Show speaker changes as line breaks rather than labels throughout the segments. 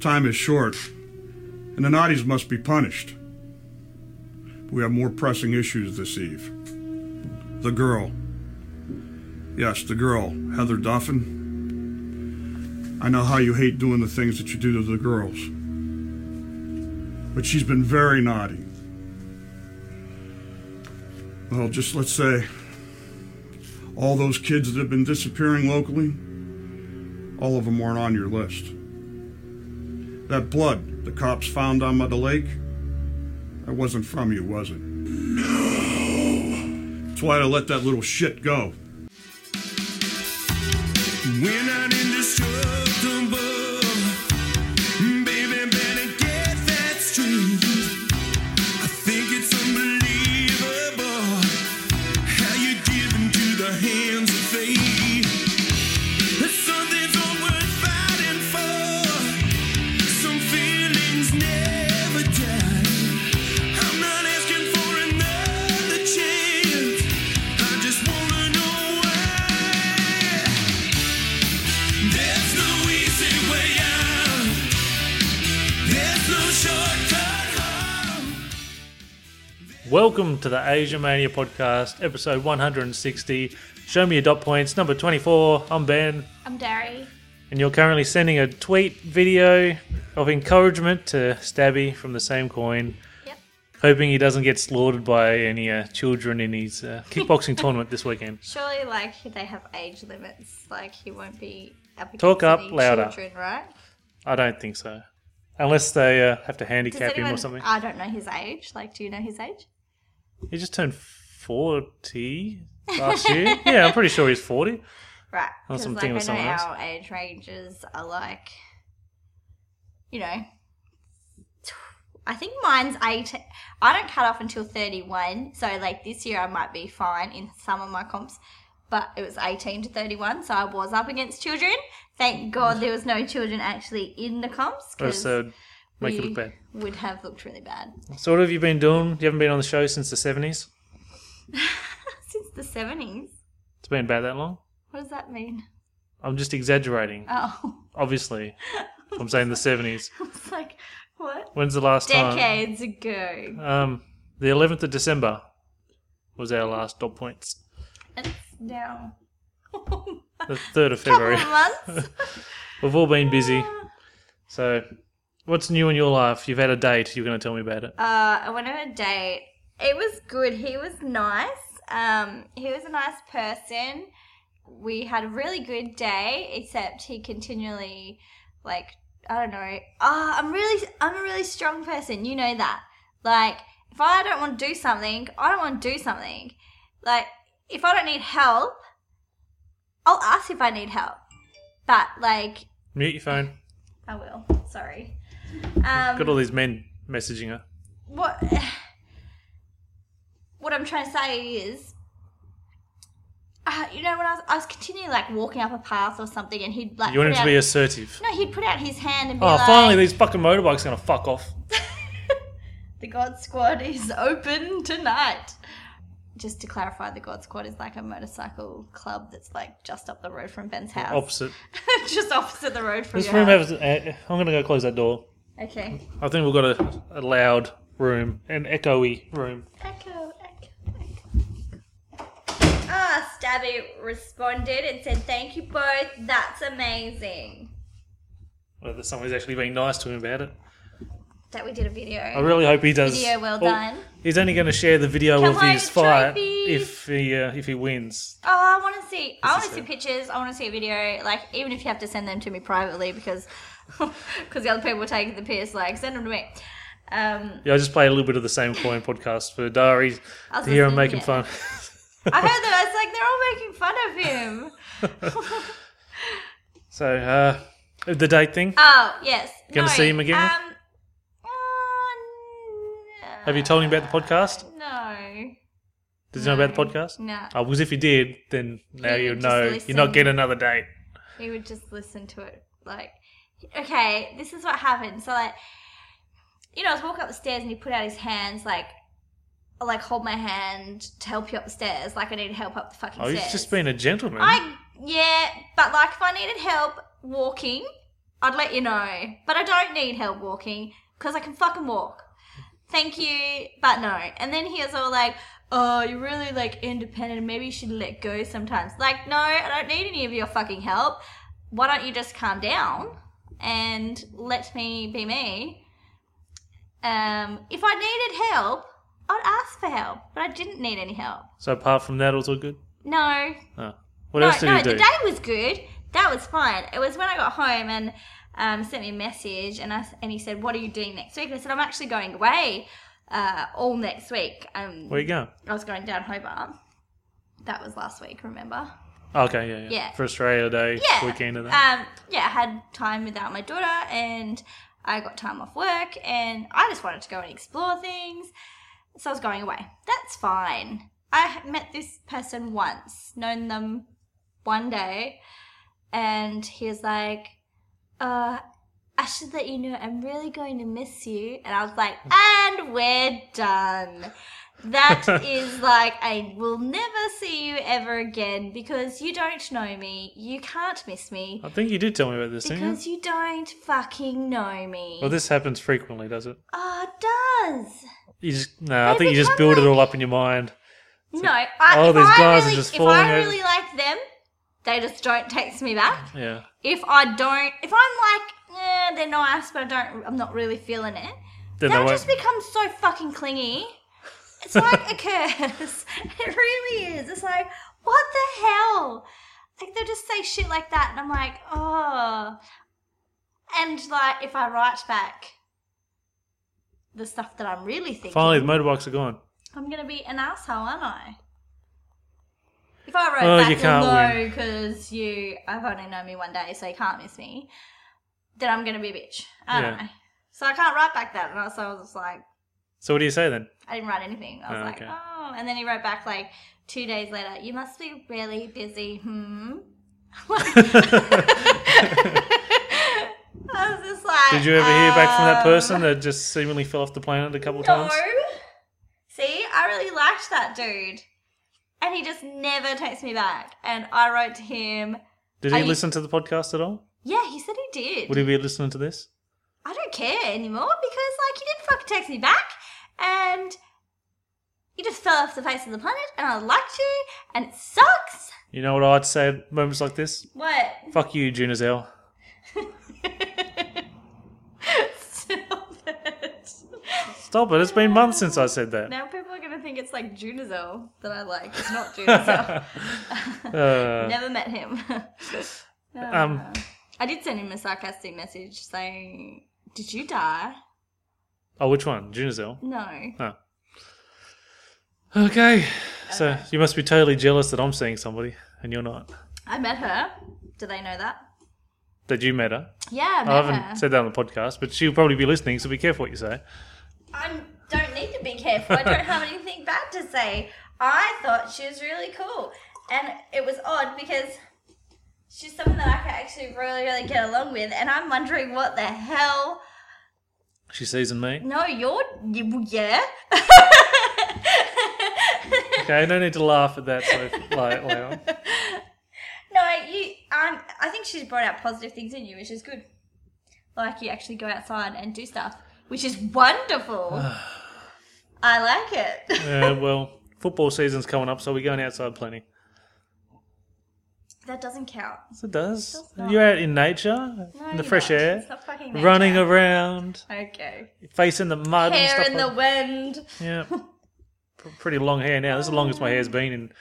Time is short, and the naughties must be punished. We have more pressing issues this eve. The girl. Yes, the girl, Heather Duffin. I know how you hate doing the things that you do to the girls. But she's been very naughty. Well, just let's say all those kids that have been disappearing locally, all of them weren't on your list. That blood the cops found down by the lake, that wasn't from you, was it? No. That's why I let that little shit go.
We're not indestructible. Baby, better get that straight. I think it's unbelievable how you give into the hands of fate. There's something's all worth fighting for. Some feelings never die. I'm not asking for another chance. I just wanna know why. There's no easy way out. There's no shortcut home.
Welcome to the Asia Mania podcast, episode 160. Show me your dot points, number 24. I'm Ben,
I'm Dari.
and you're currently sending a tweet video of encouragement to Stabby from the same coin,
Yep.
hoping he doesn't get slaughtered by any uh, children in his uh, kickboxing tournament this weekend.
Surely, like they have age limits. Like he won't be up against
Talk up
any
louder.
Children, right?
I don't think so. Unless they uh, have to
Does
handicap him
anyone-
or something.
I don't know his age. Like, do you know his age?
He just turned 40 last year. yeah, I'm pretty sure he's 40.
Right.
Oh,
Because like
something
I
with
know
someone else.
our age ranges are like, you know, I think mine's eight. I don't cut off until thirty-one. So like this year, I might be fine in some of my comps. But it was 18 to 31, so I was up against children. Thank God there was no children actually in the comps. 'cause-
Oh, So make it
we
look bad.
Would have looked really bad
So what have you been doing? You haven't been on the show since the 70s?
since the seventies.
It's been about that long.
What does that mean?
I'm just exaggerating,
Oh,
obviously. if I'm saying the 70s.
it's like what?
When's the last time?
Decades ago.
Um, the 11th of December was our last dot points.
It's now a
The 3rd of February.
couple of months.
We've all been busy. So, what's new in your life? You've had a date. You're going to tell me about it.
Uh, I went on a date. It was good. He was nice. Um, he was a nice person. We had a really good day, except he continually, like, I don't know. Ah, I'm really, I'm a really strong person. You know that. Like, if I don't want to do something, I don't want to do something. Like, if I don't need help, I'll ask if I need help. But like,
Mute your phone.
I will. Sorry. Um,
Got all these men messaging her.
what what I'm trying to say is, uh, you know, when I was, I was continually like walking up a path or something, and he'd like
You want him
put
to
out,
be assertive.
no, he'd put out his hand and be
Oh,
like,
finally, these fucking motorbikes going to fuck off.
the God Squad is open tonight. Just to clarify, the God Squad is like a motorcycle club that's like just up the road from Ben's house,
Opposite.
just opposite the road from
This
your
room
house.
has. Uh, I'm going to go close that door.
Okay.
I think we've got a, a loud room, an echoey room.
Echo, echo, echo. Ah, Stabby responded and said, Thank you both, that's amazing.
Whether someone's actually being nice to him about it.
That we did a video.
I Oh, really hope he does. Oh,
Video well done.
He's only going to share the video
Come
of
on,
his fight
trophy.
if he uh, if he wins.
Oh, I want to see. I
This
want
is
to see
it.
pictures. I want to see a video. Like, even if you have to send them to me privately because because the other people are taking the piss, like, send them to me. Um,
Yeah, I just play a little bit of the same coin podcast for Dari
I was
to hear him making
listening,
fun.
I heard that. I was like, they're all making fun of him.
So uh, the date thing.
Oh, yes.
Gonna
no,
see him again?
Um, uh, n-
Have you told him about the podcast?
No.
Does he know about the podcast?
No.
Oh, because if he did, then now
He
you
would
know
just
you're not
listen.
getting another date.
He would just listen to it. Like, okay, this is what happened. So, like, you know, I was walking up the stairs and he put out his hands, like, like hold my hand to help you up the stairs. Like, I need help up the fucking
Oh,
stairs.
he's just being a gentleman.
I yeah, but like, if I needed help walking, I'd let you know. But I don't need help walking because I can fucking walk. Thank you, but no. And then he was all like, oh, you're really like independent. and Maybe you should let go sometimes. Like, no, I don't need any of your fucking help. Why don't you just calm down and let me be me? Um, if I needed help, I'd ask for help, but I didn't need any help.
So apart from that, it was all good.
No,
Oh. What
no,
else did
no,
you do?
the day was good. That was fine. It was when I got home and um, sent me a message, and I s- and he said, "What are you doing next week?" And I said, "I'm actually going away uh, all next week." Um,
Where you going?
I was going down Hobart. That was last week. Remember?
Oh, okay, yeah, yeah,
Yeah.
For Australia Day
Yeah.
weekend and that.
Um, yeah, I had time without my daughter, and I got time off work, and I just wanted to go and explore things. So I was going away. That's fine. I met this person once, known them one day, and he was like, uh, I should let you know I'm really going to miss you. And I was like, and we're done. That is like, I will never see you ever again because you don't know me. You can't miss me
I think you did tell me about this, didn't you?
because you don't fucking know me.
Well, this happens frequently, does it?
oh, it does.
You just no. I
They
think you just
become
build it
like-
all up in your mind.
No, I,
oh,
if
these
I
guys are
really,
just
if
falling
I
over.
really like them, they just don't text me back.
Yeah.
If I don't, if I'm like, eh, they're nice, but I don't, I'm not really feeling it.
Then they
They'll
won't.
just become so fucking clingy. It's like a curse. It really is. It's like, what the hell? Like they'll just say shit like that, and I'm like, oh. And like, if I write back the stuff that I'm really thinking,
Finally, the motorbikes are gone.
I'm gonna be an asshole, aren't I? If I wrote
Oh,
back
you can't
no, because you I've only known me one day, so you can't miss me, then I'm gonna be a bitch. I don't
Yeah.
know. So I can't write back that, and I- so I was just like,
So what do you say then?
I didn't write anything. I was
Oh,
like,
okay.
oh, and then he wrote back like two days later, you must be really busy, hmm. I was just like,
Did you ever hear back from that
um,
person that just seemingly fell off the planet a couple
no.
times?
See, I really liked that dude. And he just never texts me back. And I wrote to him.
Did
Are
he
you-
listen to the podcast at all?
Yeah, he said he did.
Would he be listening to this?
I don't care anymore because, like, he didn't fucking text me back. And he just fell off the face of the planet. And I liked you. And it sucks.
You know what I'd say at moments like this?
What?
Fuck you, June as hell.
Stop it.
Stop it. It's been months since I said that.
Now people are going to think it's like Junizel that I like. It's not Junizel.
Uh,
Never met him.
um,
I did send him a sarcastic message saying, "Did you die?"
oh, which one? June as hell.
No.
Oh. Okay. So you must be totally jealous that I'm seeing somebody and you're not.
I met her. Do they know that?
That you met her.
Yeah, I
I
met
haven't
her.
said that on the podcast, but she'll probably be listening, so be careful what you say.
I don't need to be careful. I don't have anything bad to say. I thought she was really cool, and it was odd because she's someone that I could actually really, really get along with. And I'm wondering what the hell.
She sees in me.
No, you're you- yeah.
Okay, no need to laugh at that so like, Leon.
No, you. Um, I think she's brought out positive things in you, which is good. Like you actually go outside and do stuff, which is wonderful. I like it.
Uh, well, football season's coming up, so we're going outside plenty.
that doesn't count.
Yes, it does.
not.
You're out in nature,
No,
in the
you're
fresh
not.
air,
It's not fucking nature.
running around,
Okay.
facing the mud and
Hair
stuff.
in the
like-
wind.
yeah, P- pretty long hair now. This is the longest my hair's been in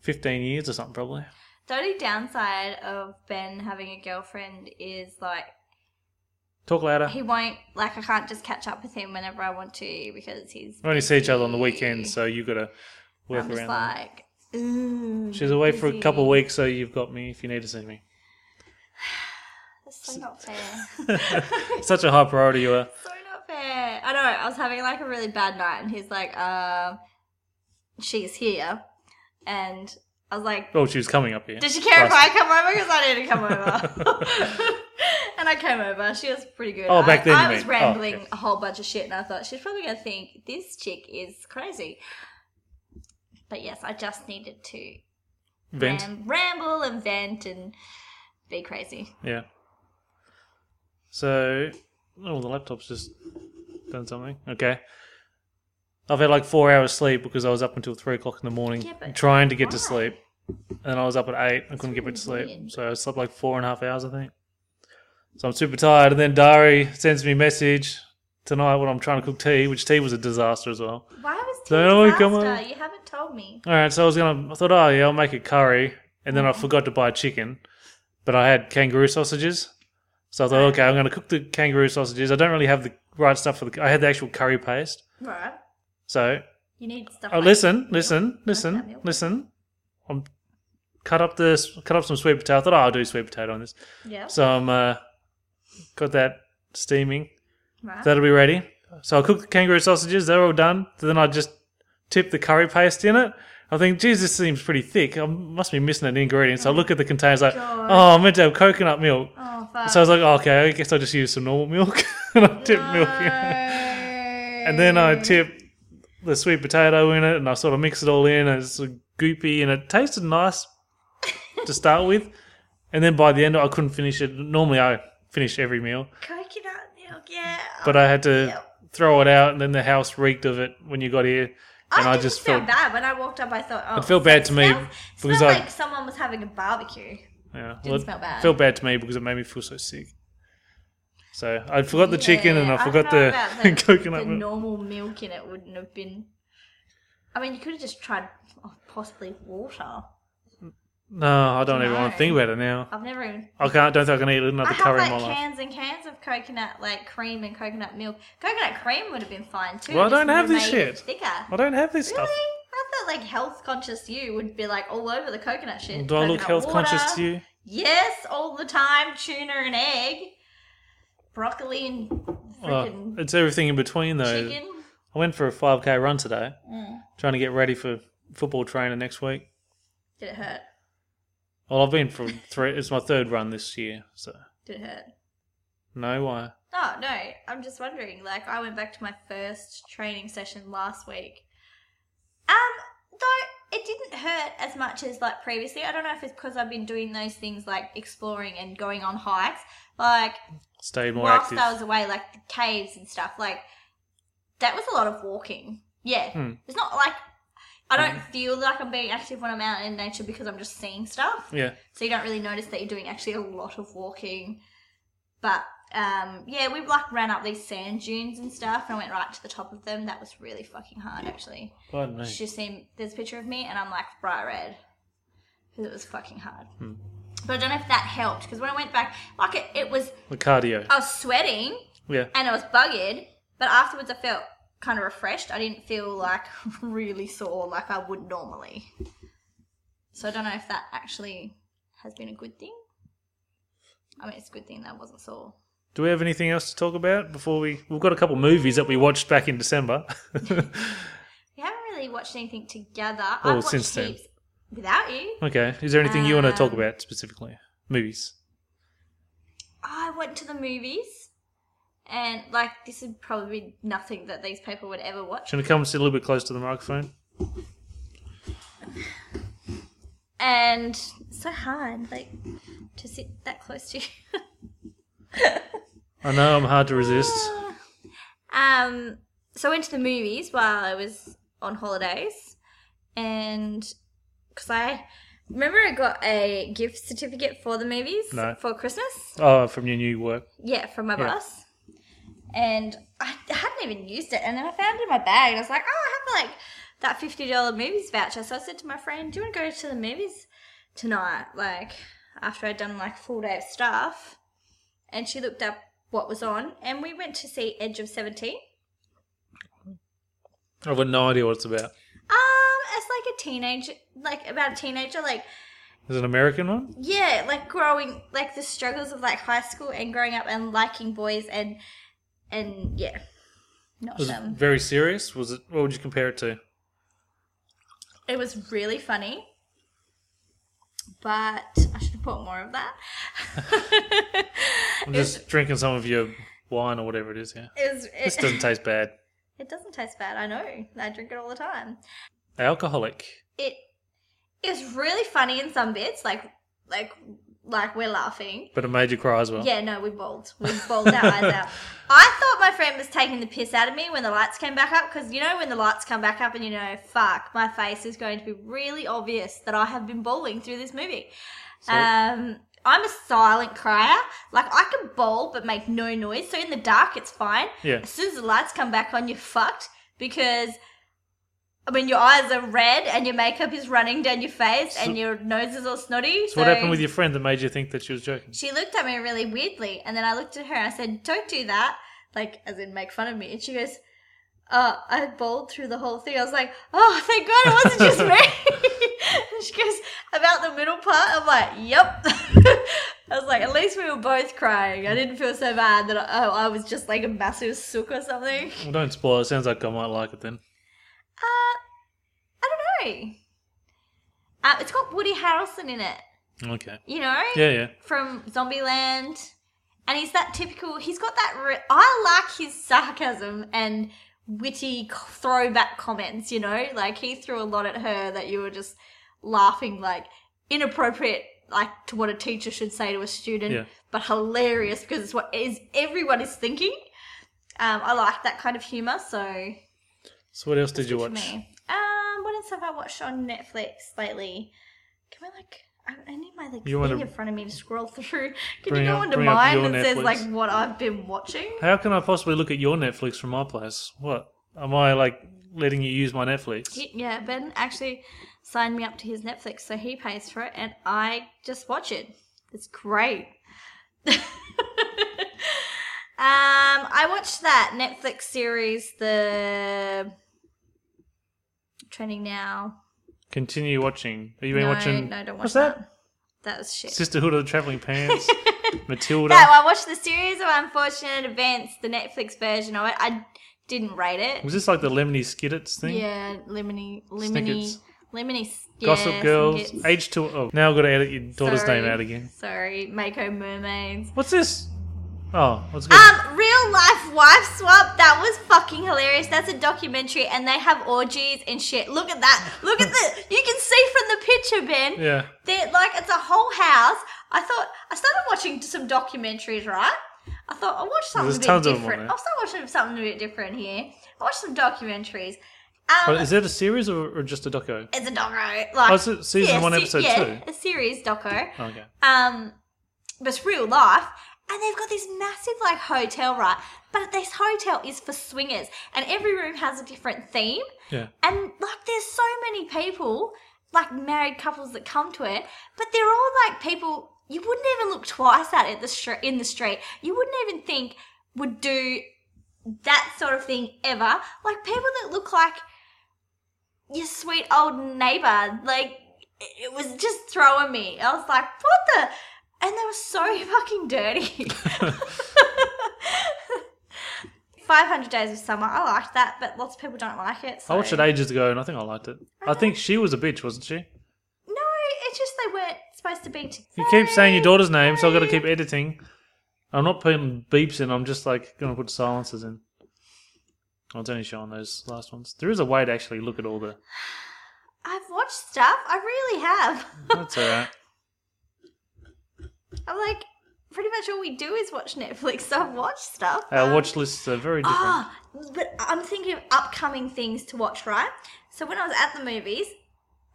15 years or something, probably.
The only downside of Ben having a girlfriend is like
Talk louder.
he won't like I can't just catch up with him whenever I want to because he's.
We only see each other on the
busy.
weekends, so you've got to work around.
I'm just
that.
like. "Ooh,
She's away for a
busy."
couple of weeks, so you've got me if you need to see me.
That's so not fair.
Such a high priority you are.
so not fair. I know. I was having like a really bad night, and he's like, um, "She's here," and I was like,
Oh, she was coming up here.
"Did she care if
Last-
I come over? Because I need to come over." and I came over. She was pretty good.
Oh, back then
I, I
you
was
mean. Oh,
rambling
okay.
a whole bunch of shit, and I thought she's probably gonna think this chick is crazy. But yes, I just needed to
Vent.
ram- ramble and vent and be crazy.
Yeah. So, oh, the laptop's just done something. Okay. I've had like four hours sleep because I was up until three o'clock in the morning
Yeah, but
trying to get to
why?
sleep. And I was up at eight. I couldn't get back to
really
sleep.
weird.
So I slept like four and a half hours, I think. So I'm super tired. And then Dari sends me a message tonight when I'm trying to cook tea, which tea was a disaster as well.
Why was tea
Don't we
disaster?
come on?
You haven't told me.
All right, so I was gonna. I thought, oh yeah, I'll make a curry, and then I forgot to buy chicken, but I had kangaroo sausages, so I thought, okay, I'm gonna cook the kangaroo sausages. I don't really have the right stuff for the. I had the actual curry paste,
Right.
so
You need stuff.
oh,
like-
listen, listen,
that
listen,
milk.
listen. I'm cut up this, cut up some sweet potato. I thought, oh, I'll do sweet potato on this.
Yeah.
So I'm uh, got that steaming.
right.
That'll be ready. So I cooked the kangaroo sausages. They're all done. So then I just tip the curry paste in it. I think, geez, this seems pretty thick. I must be missing an ingredient. So I look at the containers like,
God.
oh, I'm meant to have coconut milk.
oh fuck.
So I was like, oh, okay, I guess I'll just use some normal milk. and I tipped milk in. And
and
then I tipped the sweet potato in it and I sort of mix it all in. And it's goopy and it tasted nice to start with. And then by the end, I couldn't finish it. Normally, I finish every meal
coconut milk. Yeah.
but I had to
Yeah.
throw it out, and then the house reeked of it when you got here, and I,
didn't
just
feel
felt
bad when I walked up. I thought, oh,
it felt bad to me
smells-
because
smelled
I
like someone was having a barbecue.
yeah, well,
didn't
it
smell bad.
felt bad to me because it made me feel so sick. So I forgot the chicken and
Yeah,
I
don't
forgot
know
the,
about
coconut.
The
milk.
normal milk in it wouldn't have been. I mean, you could have just tried oh, possibly water.
no, I don't even want to
No.
think about it now.
I've never even.
I can't. Don't think I can eat
I
another
have
curry in
like
my life.
cans and cans of coconut, like cream and coconut milk. Coconut cream would have been fine too.
Well, I
just
don't have
would've
this
made it
shit.
Thicker.
I don't have this
really?
stuff.
I thought like health conscious you would be like all over the coconut shit.
Do I look
Coconut
health conscious
water.
to you?
Yes, all the time. Tuna and egg, broccoli and
Oh,
freaking
it's everything in between though.
chicken. Mm.
I went for a 5k run today, trying to get ready for football training next week.
Did it hurt?
Well, I've been for three. It's my third run this year, so
Did it hurt?
no why.
Oh no, I'm just wondering. Like, I went back to my first training session last week. Um, though it didn't hurt as much as like previously. I don't know if it's because I've been doing those things like exploring and going on hikes. Like
Stayed more
whilst
active.
I was away, like the caves and stuff. Like that was a lot of walking. Yeah,
Hmm.
it's not like I don't feel like I'm being active when I'm out in nature because I'm just seeing stuff.
yeah,
so you don't really notice that you're doing actually a lot of walking. But um, yeah, we like ran up these sand dunes and stuff, and I went right to the top of them. That was really fucking hard, actually.
pardon me.
She's just seen there's a picture of me, and I'm like bright red because it was fucking hard.
Hmm.
But I don't know if that helped because when I went back, like it, it was
The cardio.
I was sweating
Yeah,
and I was buggered, but afterwards I felt kind of refreshed. I didn't feel like really sore like I would normally. So I don't know if that actually has been a good thing. I mean, it's a good thing that I wasn't sore.
Do we have anything else to talk about before we? We've got a couple movies that we watched back in December.
We haven't really watched anything together.
Oh,
I've watched
since then.
heaps without you.
okay, is there anything you want to talk
Um,
about specifically? Movies.
I went to the movies, and like this would probably be nothing that these people would ever watch.
Should we come sit a little bit close to the microphone?
and it's so hard like to sit that close to you.
I know I'm hard to resist.
Um, so I went to the movies while I was on holidays, and because I remember I got a gift certificate for the movies
No.
for Christmas.
Oh, from your new work.
Yeah, from my
Yeah.
boss, and I hadn't even used it. And then I found it in my bag, and I was like, "Oh, I have like that fifty dollar movies voucher." So I said to my friend, "Do you want to go to the movies tonight?" Like after I'd done like full day of stuff, and she looked up what was on, and we went to see Edge of Seventeen.
I've got no idea what it's about.
Um, it's like a teenage, like about a teenager, like
Is it an American one?
yeah, like growing, like the struggles of like high school and growing up and liking boys and and yeah, not
Was it
them.
very serious? Was it? What would you compare it to?
It was really funny, but I should have put more of that.
I'm just drinking some of your wine or whatever it is. Yeah,
it, was, it,
this doesn't taste bad.
it doesn't taste bad. I know. I drink it all the time.
Alcoholic.
it is really funny in some bits, like like like we're laughing.
But it made you cry as well.
Yeah, no, we bawled. We bawled our eyes out. I thought my friend was taking the piss out of me when the lights came back up because you know when the lights come back up and you know, fuck, my face is going to be really obvious that I have been bawling through this movie. Um, I'm a silent crier. Like I can bawl but make no noise, so in the dark it's fine.
Yeah.
As soon as the lights come back on, you're fucked because. I mean, your eyes are red and your makeup is running down your face and your nose is all snotty.
So what happened with your friend that made you think that she was joking?
She looked at me really weirdly, and then I looked at her and I said, "Don't do that," like as in make fun of me. And she goes, "Oh, I bawled through the whole thing." I was like, "Oh, thank God it wasn't just me." and she goes, "About the middle part," I'm like, "Yep." I was like, "At least we were both crying. I didn't feel so bad that I, oh, I was just like a massive sook or something."
Well, don't spoil it. Sounds like I might like it then.
Uh, I don't know. Uh, it's got Woody Harrelson in it.
Okay.
You know?
Yeah, yeah.
from Zombieland, and he's that typical. He's got that. Re- I like his sarcasm and witty c- throwback comments. You know, like he threw a lot at her that you were just laughing, like inappropriate, like to what a teacher should say to a student,
Yeah.
but hilarious because it's what is everyone is thinking. Um, I like that kind of humor. So
So what else did you
for
watch?
me. Um, what else have I watched on Netflix lately? Can we like? I, I need my like
You
thing
wanna
in front of me to scroll through. Can
bring
you go
up-
onto
bring up
mine
your
that says
Netflix?
like what I've been watching?
How can I possibly look at your Netflix from my place? What am I like letting you use my Netflix?
Y- Yeah, Ben actually signed me up to his Netflix, so he pays for it, and I just watch it. It's great. um, I watched that Netflix series, the trending now.
Continue watching. Are you been
no,
watching?
no, don't watch
what's
that. that. was shit.
Sisterhood of the Traveling Pants, Matilda.
No, I watched the series of unfortunate events, the Netflix version of it. I didn't rate it.
Was this like the Lemony Skiddits thing?
Yeah, lemony, lemony,
Snickets.
lemony. s- Yeah,
Gossip Girls,
Snickets.
H two O. Now I've got to edit your daughter's
Sorry.
name out again.
Sorry, Mako mermaids.
What's this? Oh, what's good?
Um, real life wife swap. That was fucking hilarious. That's a documentary, and they have orgies and shit. Look at that. Look at the. You can see from the picture, Ben.
yeah.
They're like it's a whole house. I thought I started watching some documentaries, right? I thought I'll watch something
There's
a bit
tons of them on
different.
there.
I'll start watching something a bit different here. I watched some documentaries. Um,
But is it a series or, or just a doco?
it's a doco, like
Oh, is it season one, episode
yeah,
two?
a series doco.
Oh, Okay.
Um, but it's real life. And they've got this massive like hotel, right? But this hotel is for swingers, and every room has a different theme.
Yeah.
And like, there's so many people, like married couples that come to it, but they're all like people you wouldn't even look twice at it the str- in the street. You wouldn't even think would do that sort of thing ever. Like people that look like your sweet old neighbor. Like it it was just throwing me. I was like, what the? And they were so fucking dirty. 500 Days of Summer. I liked that, but lots of people don't like it. So.
I watched it ages ago and I think I liked it. I think she was a bitch, wasn't she?
No, it's just they weren't supposed to be together.
You keep saying your daughter's name, so I've got to keep editing. I'm not putting beeps in, I'm just like going to put silences in. I was only showing those last ones. There is a way to actually look at all the.
I've watched stuff. I really have.
That's alright.
I'm like, pretty much all we do is watch Netflix, so I've watched stuff.
Our
Um,
watch lists are very different.
Ah, but I'm thinking of upcoming things to watch, right? So when I was at the movies,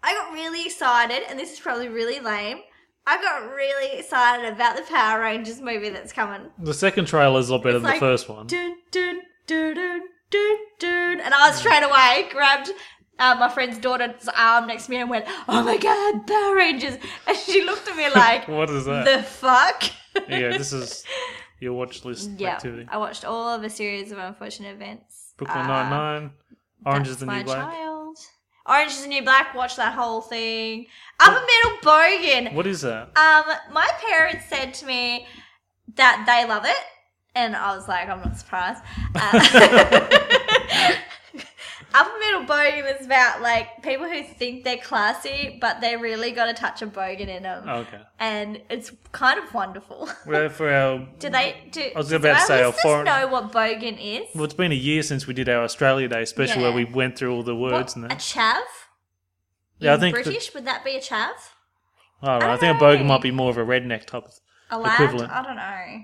I got really excited, and this is probably really lame. I got really excited about the Power Rangers movie that's coming.
The second trailer is a lot better than
like,
the first one.
Dun, dun, dun, dun, dun, dun. And I was straight away grabbed uh, my friend's daughter's arm next to me and went, "Oh my god, Power Rangers!" And she looked at me like,
What is that?
"The fuck."
yeah, this is your watch list
yeah,
activity.
I watched all of a series of unfortunate events.
Brooklyn
Uh,
Nine Nine, Orange is
That's
the
my
New Black.
Child. Orange is the New Black. Watch that whole thing. Upper Middle Bogan.
What is that?
Um, my parents said to me that they love it, and I was like, I'm not surprised. Uh, Upper middle bogan is about like people who think they're classy, but they really got a touch of bogan in them,
Oh, okay.
and it's kind of wonderful.
Well, for our
Do they do?
I was
do
about to
our
say, our
listeners
foreign-
know what bogan is?
well, it's been a year since we did our Australia Day special
Yeah.
where we went through all the
What,
words and
a
that.
chav?
Yeah, I
In
think that-
British. Would that be a chav?
I don't know. I, think a
Alright.
bogan might be more of a redneck type. Of,
A lad?
Equivalent.
I don't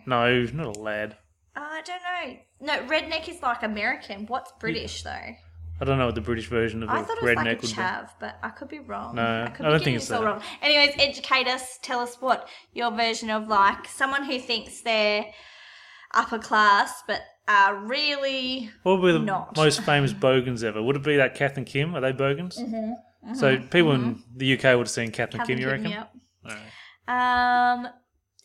know.
no, not a lad.
Oh, I don't know. No, redneck is like American. What's British though?
I don't know what the British version of a
I thought it was
redneck
like a
would
chav, but I could be wrong.
No,
I could
I don't
be
think
getting
it's
this all
that.
wrong. Anyways, educate us. Tell us what your version of like someone who thinks they're upper class, but are really
be. What would be the
Not.
most famous bogans ever? Would it be that Kath and Kim? Are they bogans? Mm-hmm. So people in
mm-hmm.
the UK would have seen Kath and Kim.
haven't
You reckon?
given me up. Um,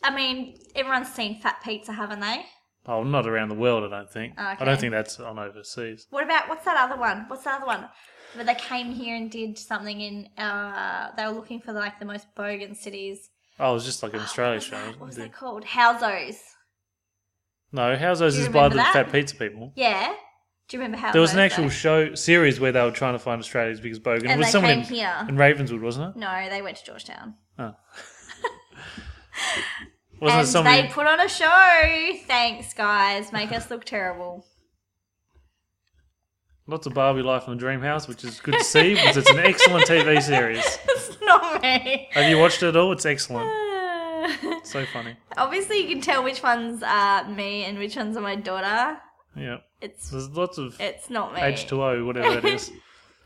I mean, everyone's seen Fat Pizza, haven't they?
Oh, not around the world. I don't think. I
Okay.
don't think that's on overseas.
What about what's that other one? What's that other one? Where they came here and did something in uh, they were looking for like the most bogan cities.
Oh, it was just like an Australia show.
What was
The-
that called? Howzos.
No, How's Those
Do you
is by
remember
the
that?
Fat Pizza people.
Yeah. Do you remember how?
There was an actual show series where they were trying to find Australians because Bogan
And
it was
they
someone in,
came here.
in Ravenswood, wasn't
No, they went to Georgetown.
it? Wasn't
and
it someone?
they put on a show. Thanks, guys. Make us look terrible.
Lots of Barbie Life in the Dream House, which is good to see because it's an excellent TV series.
That's not me.
Have you watched it at all? It's excellent. So funny.
Obviously, you can tell which ones are me and which ones are my daughter.
Yeah.
It's
There's lots of
it's not me.
H2O, whatever it is.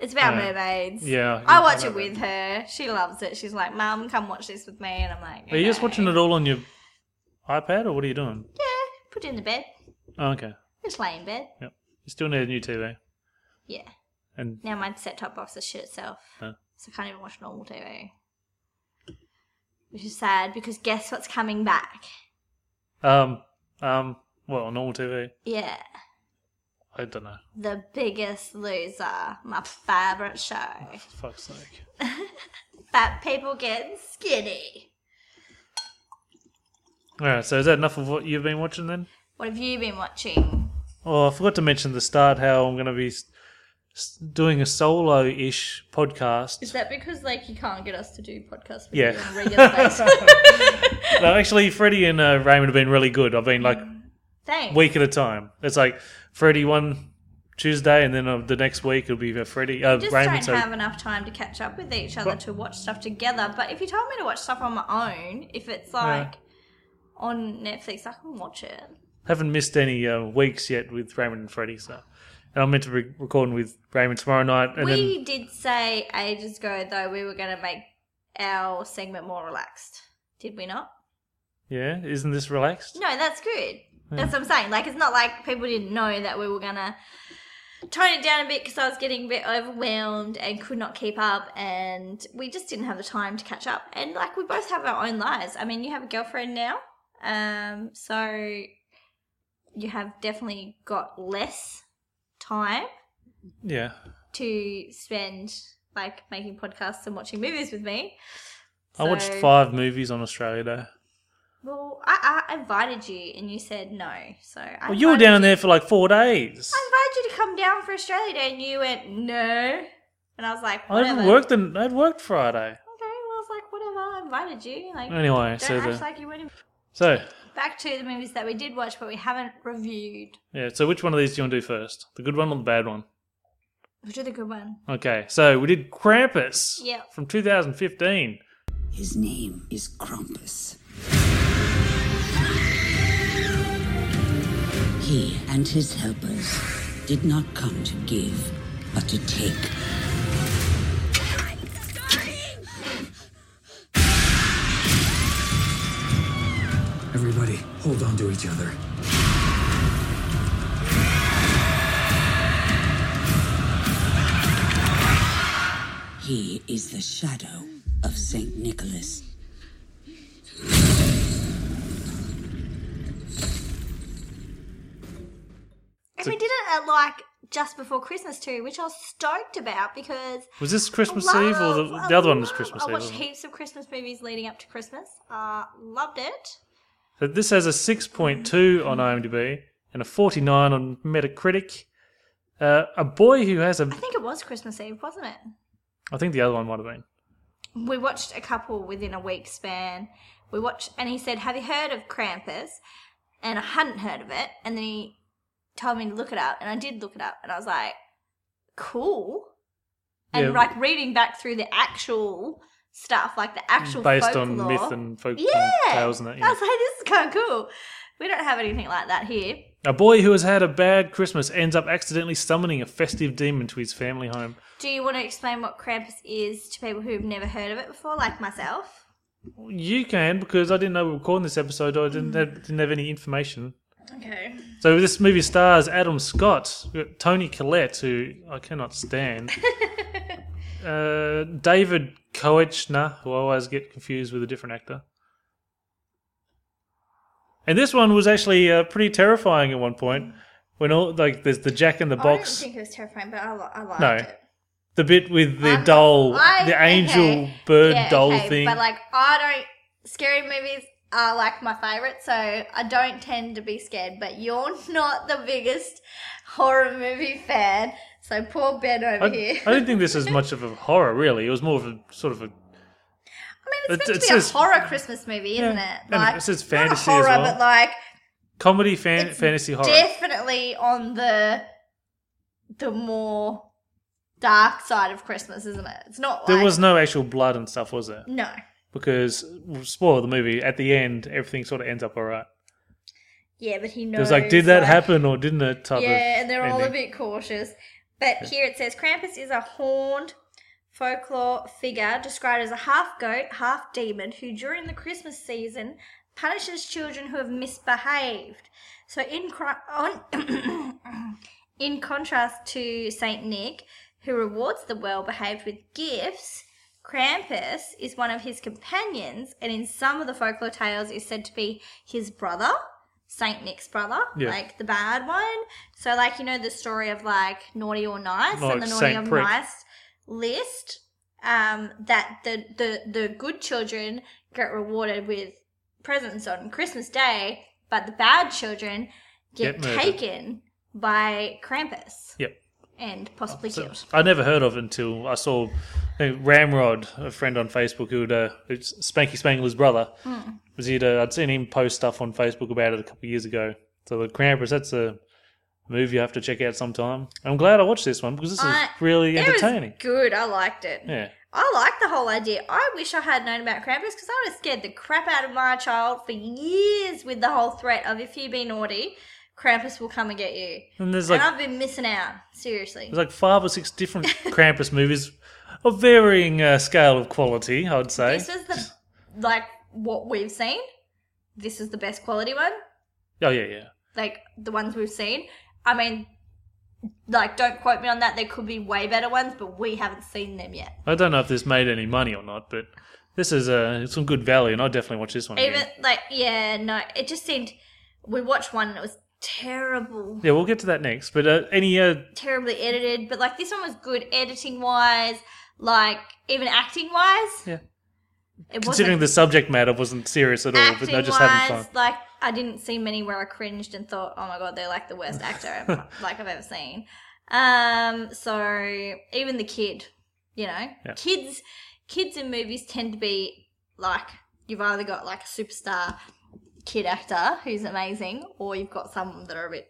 It's about
Uh,
mermaids.
Yeah.
I watch it
know
with
that.
her. She loves it. She's like, "Mum, come watch this with me," and I'm like,
Are you just
"Okay."
watching it all on your iPad or what are you doing?
Yeah, put it in the bed.
Oh, okay.
Just lay in bed.
Yep. You still need a new TV.
Yeah.
And
Now my set top box is shit itself,
Huh.
so I can't even watch normal TV. Which is sad because guess what's coming back?
um um well, normal TV.
Yeah,
I don't know.
The Biggest Loser, my favorite show.
For fuck's sake.
Fat people getting skinny.
Alright, so is that enough of what you've been watching then?
What have you been watching?
Oh, I forgot to mention at the start how I'm going to be s- s- doing a solo ish podcast.
Is that because like you can't get us to do podcasts with
Yeah.
you on a regular basis?
no, actually, Freddie and uh, Raymond have been really good. I've been like
Mm. Thanks.
week at a time. It's like Freddie one Tuesday, and then uh, the next week it'll be uh, Freddie uh,
just
Raymond.
don't
So
have enough time to catch up with each other to watch stuff together. But if you told me to watch stuff on my own, if it's like on Netflix, I can watch it.
haven't missed any uh, weeks yet with Raymond and Freddie. So, and I'm meant to be recording with Raymond tomorrow night, and
we did say ages ago though we were going to make our segment more relaxed. Did we not?
then yeah, isn't this relaxed?
No, that's good. That's what I'm saying. Like it's not like people didn't know that we were going to tone it down a bit because I was getting a bit overwhelmed and could not keep up and we just didn't have the time to catch up. And like we both have our own lives. I mean, you have a girlfriend now. Um so you have definitely got less time
Yeah,
to spend like making podcasts and watching movies with me.
I watched
So-
five movies on Australia Day.
Well, I, I invited you and you said no. So I
Well, you were
invited
down
you-
there for like four days.
I invited you to come down for Australia Day and you went no. And I was like,
I
whatever.
haven't worked. In, I'd worked Friday.
Okay, well, I was like, whatever. I invited you. Like,
Anyway,
don't
so
act
the
like you weren't. inv-
so
Back to the movies that we did watch, but we haven't reviewed.
yeah. So which one of these do you want to do first? The good one or the bad one?
We'll do the good one.
Okay, so we did Krampus
Yep.
from 2015.
His name is Krampus. He and his helpers did not come to give, but to take.
Everybody, hold on to each other.
He is the shadow of St. Nicholas.
And we did it at like just before Christmas too, which I was stoked about because
Was this Christmas
love-
Eve or the,
I
the other one was
love-
Christmas
I
Eve?
watched
wasn't it?
heaps of Christmas movies leading up to Christmas. Uh, loved it.
So this has a 6.2 on IMDb and a 49 on Metacritic. Uh, a boy who has a.
I think it was Christmas Eve, wasn't it?
I think the other one might have been.
We watched a couple within a week span. We watched, and he said, "Have you heard of Krampus?" And I hadn't heard of it, and then he told me to look it up, and I did look it up, and I was like, "Cool." And
Yeah.
like reading back through the actual stuff, like the actual
based on
folklore.
myth and folk
yeah,
tales and that.
I
Yeah.
was like, this is kind of cool. We don't have anything like that here.
A boy who has had a bad Christmas ends up accidentally summoning a festive demon to his family home.
Do you want to explain what Krampus is to people who've never heard of it before, like myself?
You can because I didn't know we were recording this episode. I
Hmm.
didn't have, didn't have any information.
Okay.
So this movie stars Adam Scott, we've got Tony Collette, who I cannot stand, uh, David Koechner, who I always get confused with a different actor. And this one was actually uh, pretty terrifying at one point when all like there's the Jack in the
Hmm. I didn't
Box,
think it was terrifying, but I, li- I liked
No.
it.
the bit with the
I'm-
doll,
Um, I-
the angel
okay.
bird
Yeah,
doll
okay,
thing.
But like, I don't. Scary movies are like my favorite, so I don't tend to be scared. But you're not the biggest horror movie fan, so poor Ben over
I,
here.
I didn't think this is much of a horror, really. It was more of a sort of a
I mean,
It-
it's meant
it
to be
says-
a horror Christmas movie, isn't
Yeah.
it?
And
Like,
it says
not a
fantasy as
horror,
well.
but like
comedy fan,
It's
fantasy horror.
definitely on the the more dark side of Christmas, isn't it? It's not. Like,
There was no actual blood and stuff, was there?
no.
because spoiler of the movie at the end everything sort of ends up all right
Yeah, but he knows.
it was like did that
like-
happen or didn't it type of
Yeah, and they're all a
ending.
bit cautious. But here it says Krampus is a horned folklore figure described as a half goat, half demon who during the Christmas season punishes children who have misbehaved. So in cra- on in contrast to Saint Nick, who rewards the well-behaved with gifts, Krampus is one of his companions and in some of the folklore tales is said to be his brother. Saint Nick's brother,
Yeah.
like the bad one. So, like you know, the story of like naughty or nice
Like
and the naughty
Saint
or
Prick.
nice list. Um, that the the the good children get rewarded with presents on Christmas Day, but the bad children
Get
get,
murdered.
taken by Krampus
yep
and
Oh,
possibly killed.
I never heard of it until I saw I think Ramrod, a friend on Facebook who'd uh, it's Spanky Spangler's brother,
Hmm.
was he'd uh, I'd seen him post stuff on Facebook about it a couple of years ago. So the Krampus, that's a movie I have to check out sometime. I'm glad I watched this one because this
I-
is really
It was
entertaining.
good. I liked it.
Yeah,
I like the whole idea. I wish I had known about Krampus because I would have scared the crap out of my child for years with the whole threat of if you be naughty, Krampus will come and get you.
and there's
and
like
I've been missing out, seriously.
There's like five or six different Krampus movies of varying uh, scale of quality, I would say.
This is the like what we've seen. This is the best quality one.
Oh, yeah, yeah.
Like the ones we've seen. I mean, like don't quote me on that. There could be way better ones, but we haven't seen them yet.
I don't know if this made any money or not, but this is uh, some good value, and I'll definitely watch this one.
Even
again.
like yeah, no. It just seemed we watched one and it was terrible.
Yeah, we'll get to that next. But uh, any. Uh,
terribly edited, but like this one was good editing wise, like even acting wise.
Yeah.
It
considering the subject matter wasn't serious at all, but
acting
they're just having
wise,
fun.
like I didn't see many where I cringed and thought, "Oh my god, they're like the worst actor I'm- like I've ever seen." Um, so even the kid, you know,
Yeah.
kids, kids in movies tend to be like you've either got like a superstar kid actor who's amazing, or you've got some that are a bit,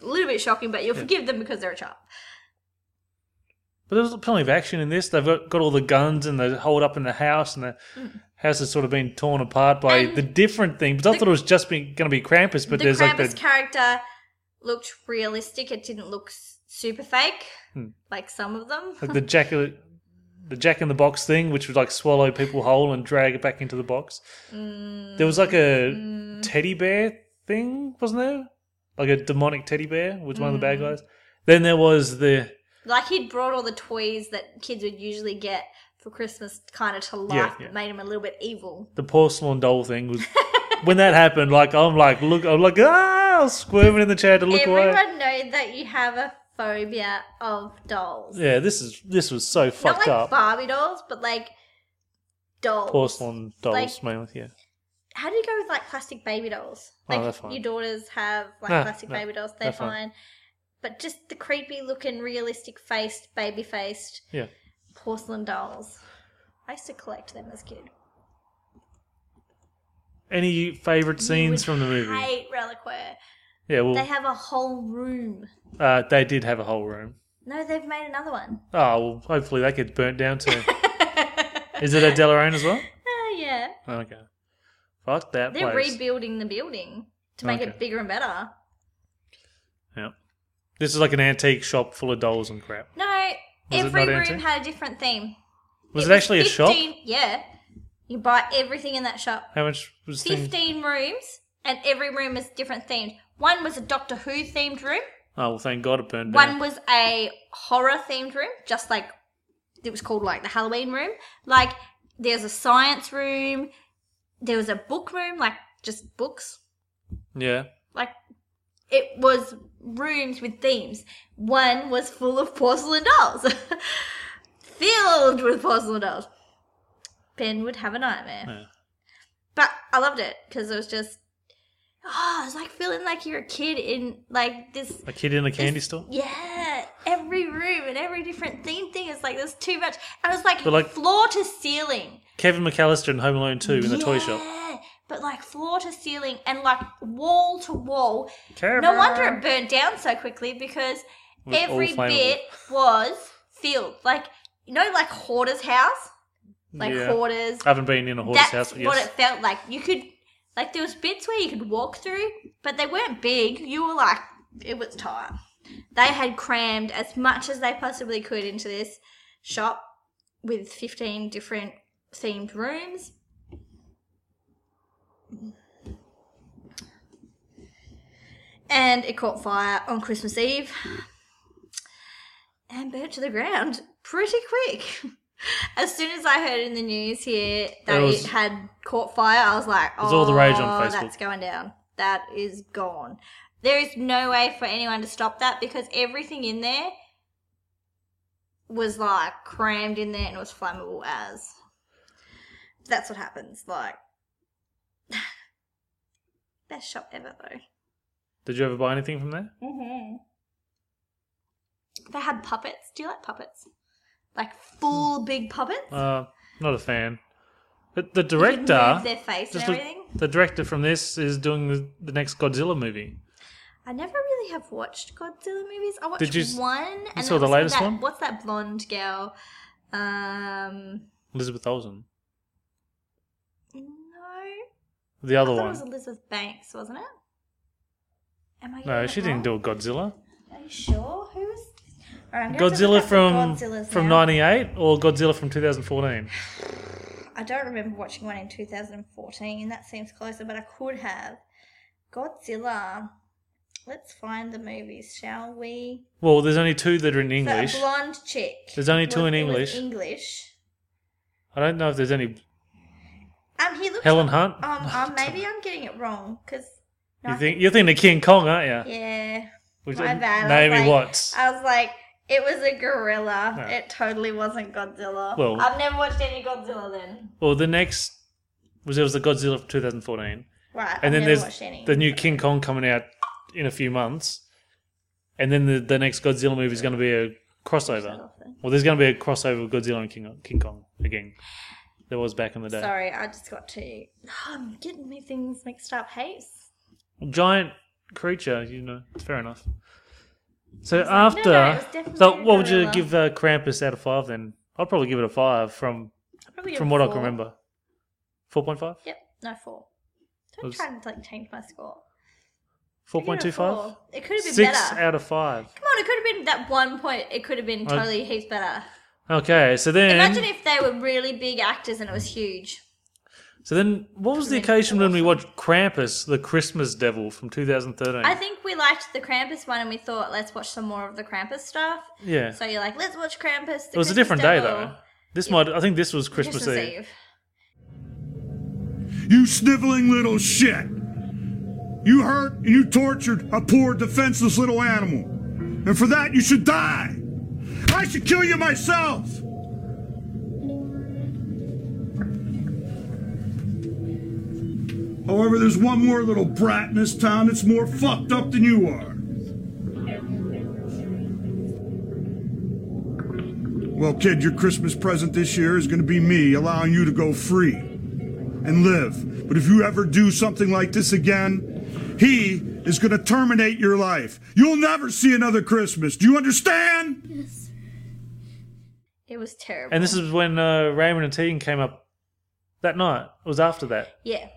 a little bit shocking, but you'll forgive them because they're a child.
But there's plenty of action in this. They've got, got all the guns and they hold up in the house, and the house has sort of been torn apart by
Mm. And
the different thing. But I thought it was just going to be Krampus, but
the
there's
Krampus
like the.
character looked realistic. It didn't look s- super fake,
Hmm.
like some of them.
like the jack uh, the jack in the box thing which would like swallow people whole and drag it back into the box
Mm.
there was like a teddy bear thing wasn't there like a demonic teddy bear was one of
Mm.
the bad guys then there was the
Like he'd brought all the toys that kids would usually get for Christmas, kind of to life.
Yeah, yeah.
It made him a little bit evil.
the porcelain doll thing was when that happened like i'm like look i'm like ah I was squirming in the chair to look away
Everyone knows that you have a phobia of dolls.
yeah this is this was so
Not
fucked
like
up
Barbie dolls, but like dolls.
porcelain dolls
Like-
mainly yeah
How do you go with like plastic baby dolls?
Oh,
Like
they're fine.
your daughters have like
No,
plastic
no,
baby dolls,
they're
they're,
fine.
fine. But just the creepy looking, realistic faced, baby faced
yeah
porcelain dolls. I used to collect them as a kid.
any favorite scenes
Would
from the movie
Hate Reliquaire.
yeah well
They have a whole room.
uh, they did have a whole room Ah,
No, they've made another one.
Oh, well, hopefully that gets burnt down too. Is it a Delorean as well?
Oh, yeah.
Okay. Fuck that
They're
place.
rebuilding the building to make
Okay.
it bigger and better.
yeah. This is like an antique shop full of dolls and crap.
No,
Was it
every
not
room
antique?
had a different theme.
Was it,
was
actually a shop?
15 Yeah. You buy everything in that shop.
How much was the thing?
15 rooms, and every room is different themed. One was a Doctor Who themed room,
Oh, well, thank God it burned
one
down.
was a horror themed room, just like it was called like the Halloween room. Like there's a science room, there was a book room, like just books.
Yeah.
Like it was rooms with themes. One was full of porcelain dolls. Filled with porcelain dolls. Ben would have a nightmare.
Yeah.
But I loved it because it was just oh, it's like feeling like you're a kid in like this
A kid in a candy store?
yeah, every room and every different theme thing is like there's too much, and it's like,
But, like-
floor to ceiling
Kevin McAllister in Home Alone 2 in the toy shop.
Yeah, But like floor to ceiling and like wall to wall.
Kevin.
No wonder it burned down so quickly because
Was all
every
flammable.
bit was filled. Like you know, like hoarder's house, like
Yeah.
hoarders.
I haven't been in a horse
That's
house, but
what
yes.
it felt like. You could like there was bits where you could walk through, but they weren't big. You were like it was tight. They had crammed as much as they possibly could into this shop with fifteen different themed rooms. And it caught fire on Christmas Eve and burnt to the ground pretty quick. As soon as I heard in the news here that
It
it,
was-
had caught fire, I was like,
was
"Oh,
all the rage on Facebook."
that's going down. That is gone. There is no way for anyone to stop that because everything in there was like crammed in there and it was flammable as. That's what happens. Like, best shop ever though.
Did you ever buy anything from there?
They had puppets. Do you like puppets? Like full big puppets.
Uh, not a fan. But the
You could
director,
move their face and
just look-
everything.
the director from this is doing the, the next Godzilla movie.
I never really have watched Godzilla movies. I watched
Did you s-
one. You and
saw
that
the
was
latest
that-
one?
What's that blonde girl? Um,
Elizabeth Olsen,
no,
the other
I thought it
one.
was Elizabeth Banks, wasn't it? Am I getting
no,
that
she didn't
wrong?
do a Godzilla.
Are you sure? Who was? All right, I'm gonna have to
Godzilla
look up the
from
Godzillas
from
now.
'98 or Godzilla from 2014.
I don't remember watching one in 2014, and that seems closer, but I could have. Godzilla. Let's find the movies, shall we?
Well, there's only two that are in
So, a
English.
blonde chick.
There's only
It
two
was-
in
it was
English.
English.
I don't know if there's any
Um, he looks.
Helen Hunt.
Um, um, maybe I'm getting it wrong because.
you think you're thinking of King Kong, aren't you?
Yeah.
Which-
My bad. I was
Naomi
like-
Watts.
I was like, it was a gorilla.
No.
It totally wasn't Godzilla.
Well-
I've never watched any Godzilla then.
Well, the next was there was the Godzilla from 2014.
Right. I've
and then
never
there's
watched any.
the new King Kong coming out in a few months, and then the, the next Godzilla movie is going to be a crossover. Well, there's going to be a crossover of Godzilla and King, King Kong again. There was back in the day.
Sorry, I just got to. I'm getting me things mixed up. Hey, s-
Giant creature, you know. Fair enough. So
like,
after,
no, no, it was definitely
so
a
what would you
gorilla.
give uh, Krampus out of five? Then I'd probably give it a five from
I probably did
from what I
four.
can remember. Four point five.
Yep, no four. Don't
Was-
try and like change my score.
Four
I
point two
did a
five.
four. It could have been
Six
better.
out of five.
Come on, it could have been that one point. It could have been
I-
totally heaps better.
Okay, so then
Imagine if they were really big actors and it was huge.
So then, what was the occasion when we watched Krampus, the Christmas Devil from 2013?
I think we liked the Krampus one and we thought, let's watch some more of the Krampus stuff.
yeah,
So you're like, let's watch Krampus.
it was a different day though. This might, I think, this was Christmas,
Christmas
Eve.
Eve.
You sniveling little shit! You hurt and you tortured a poor defenseless little animal. And for that, you should die! I should kill you myself! However, there's one more little brat in this town that's more fucked up than you are. Well, kid, your Christmas present this year is going to be me allowing you to go free and live. But if you ever do something like this again, he is going to terminate your life. You'll never see another Christmas. Do you understand?
It It was terrible.
And this is when uh, Raymond and Tegan came up that night. It was after that
yeah,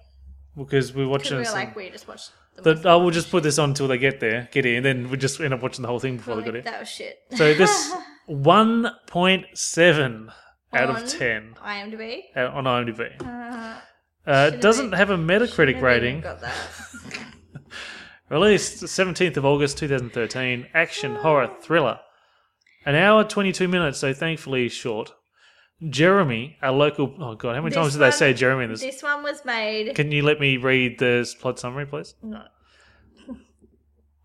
because we were
because
watching.
we were
some-
like, we just watched. The
but I will just put this on until they get there, get in, then we just end up watching the whole thing before
We're
they got here.
like, that was shit.
So this 1.7 out
On
of 10
IMDb.
uh, on IMDb.
Uh,
Uh,
should've
doesn't
been-
have a Metacritic
never even
rating.
Got that.
Released 17th of August 2013, action horror thriller. An hour 22 minutes, so thankfully short. Jeremy, our local. Oh god, how many times
This
did they
one-
say Jeremy in this?
This one was made.
Can you let me read the plot summary, please?
No.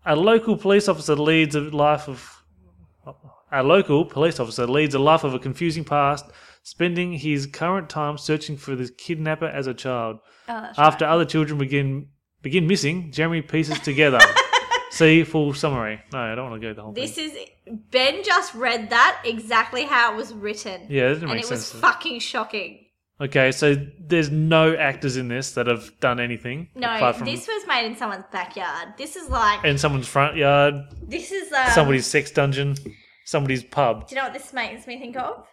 A local police officer leads a life of a local police officer leads a life of a confusing past, spending his current time searching for the kidnapper as a child.
Ah,
After other children begin begin missing, Jeremy pieces together. See full summary. No, I don't want to go the whole
This
thing.
is Ben just read that exactly how it was written.
Yeah, that didn't
and
make
it
sense.
was fucking shocking.
okay, so there's no actors in this that have done anything
No,
apart from
this was made in someone's backyard. This is like
in someone's front yard,
this is um,
somebody's sex dungeon, somebody's pub.
Do you know what this makes me think of?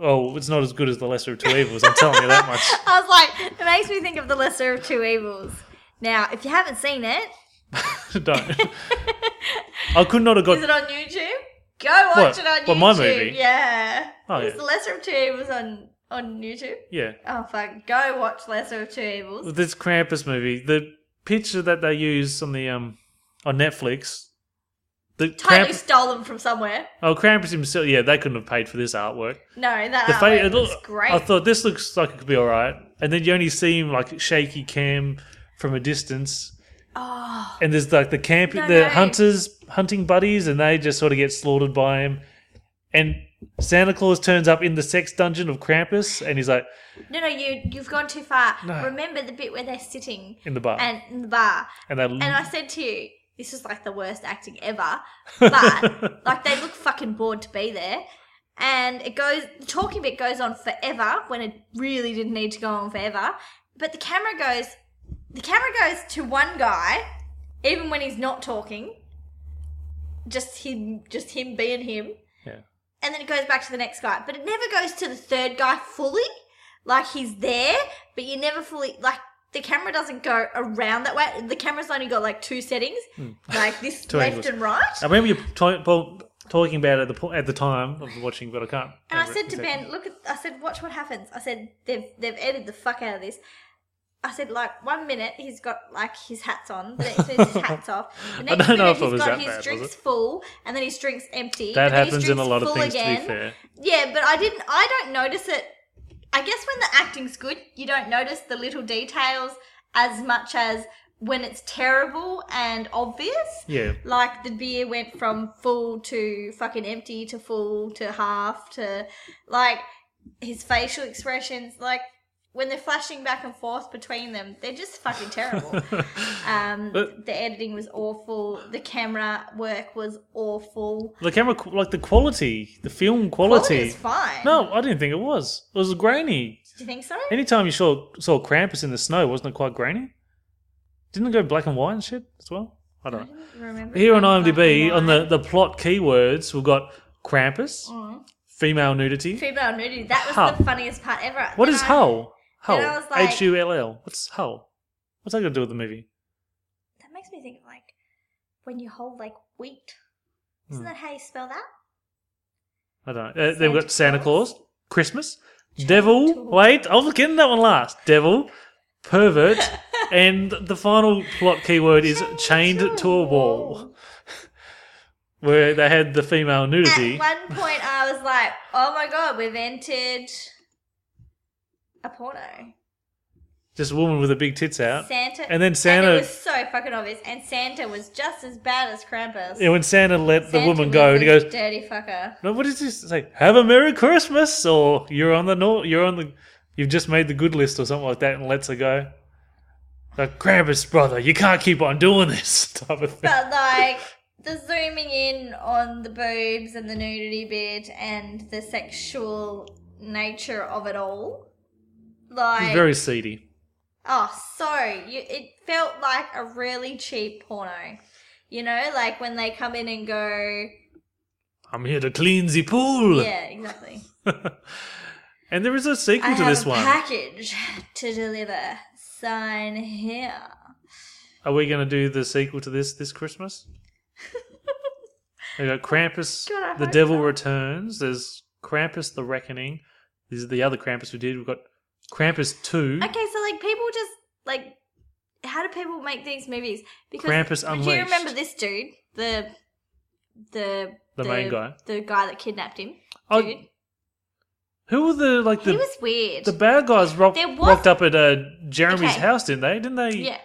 Oh, it's not as good as the lesser of two evils. I'm telling you that much.
I was like, it makes me think of the lesser of two evils. Now, if you haven't seen it,
Don't. I could not have got.
is it on YouTube? Go watch
What?
it on YouTube.
What, my movie?
Yeah.
Oh,
Is
yeah.
the lesser of two evils on on YouTube?
yeah,
Oh fuck! Go watch lesser of two evils.
this Krampus movie. The picture that they use on the um on Netflix. The
Totally
Krampus.
stolen from somewhere.
Oh, Krampus himself. Yeah, they couldn't have paid for this artwork.
No, that
The
artwork
fa- it
was
look-
Oh, great.
I thought this looks like it could be all right, and then you only see him like shaky cam from a distance. Oh. And there's like the camp,
No,
the
no.
hunters hunting buddies, and they just sort of get slaughtered by him. And Santa Claus turns up in the sex dungeon of Krampus, and he's like
no, no, you you've gone too far. Remember the bit where they're sitting
in the bar, and,
and in the bar,
they
and I said to you, this is like the worst acting ever. But like they look fucking bored to be there. And it goes the talking bit goes on forever when it really didn't need to go on forever. But the camera goes the camera goes to one guy, even when he's not talking. Just him just him being him.
Yeah.
And then it goes back to the next guy. But it never goes to the third guy fully. Like he's there, but you never fully like the camera doesn't go around that way. The camera's only got like two settings. Like this
Hmm. Two
left
angles.
and right.
I remember you to- well, talking about it at the po- at the time of watching, but I can't.
And I
remember it
said to
exactly.
Ben, look at I said, watch what happens. I said, they've they've edited the fuck out of this. I said, like, one minute he's got like his hats on, the next minute his hat's off. The next
don't know
minute
if it
he's
was
got
that
his
bad, was
drinks
it?
full and then his drinks empty.
that
and then his
happens in a
drinks
lot of
full
things. To
again.
be fair,
Yeah, but I didn't I don't notice it I guess when the acting's good, you don't notice the little details as much as when it's terrible and obvious.
yeah.
Like the beer went from full to fucking empty to full to half to like his facial expressions, like when they're flashing back and forth between them, they're just fucking terrible. um,
But-
the editing was awful. The camera work was awful.
The camera, qu- like the quality, the film
Quality
quality.
is fine.
no, I didn't think it was. It was grainy.
do you think so?
Anytime you saw saw Krampus in the snow, wasn't it quite grainy? Didn't it go black and white and shit as well? I don't know.
Remember
Here on
it
IMDb,
being black and
on the,
white.
the plot keywords, we've got Krampus, female nudity.
female nudity, that was
Hull.
the funniest part ever.
what
Then
is
I-
Hull?
then I
Hull.
was like-
H U L L. What's Hull? What's that got to do with the movie?
That makes me think of like when you hold like wheat. Isn't
Hmm.
that how you spell that?
I don't know. Uh, then we've got Santa
Santa
Claus, Christmas, Devil.
Claus.
Wait, I was getting that one last. Devil, pervert, and the final plot keyword is chained to a wall, where they had the female nudity.
At one point, I was like, "Oh my god, we've entered a porno."
just a woman with the big tits out.
Santa,
And then Santa-
it was so fucking obvious, and Santa was just as bad as Krampus.
And when Santa let the
Santa
woman
was
go, and he
this
goes,
"Dirty fucker."
"No, what does he say? Have a Merry Christmas, or you're on the nor- you're on the, you've just made the good list or something like that," and lets her go. Like Krampus, brother, you can't keep on doing this type of thing.
But like the zooming in on the boobs and the nudity bit and the sexual nature of it all, like
Very seedy.
Oh, so you, it felt like a really cheap porno. You know, like when they come in and go,
I'm here to clean the pool.
Yeah, exactly.
And there is a sequel
I
to
have
this
a
one.
package to deliver. Sign here.
Are we going to do the sequel to this this Christmas? we got Krampus,
God, I
The
hope
Devil Returns. There's Krampus, The Reckoning. This is the other Krampus we did. We've got Krampus 2.
Okay, so like people just like, how do people make these movies? Because
Krampus
do you
Unleashed.
remember this dude? The the
The main guy.
the guy that kidnapped him.
Oh,
Dude,
Who were the like the
he was weird.
the bad guys rock,
There was-
rocked up at uh, Jeremy's
Okay.
house, didn't they? Didn't they?
yeah.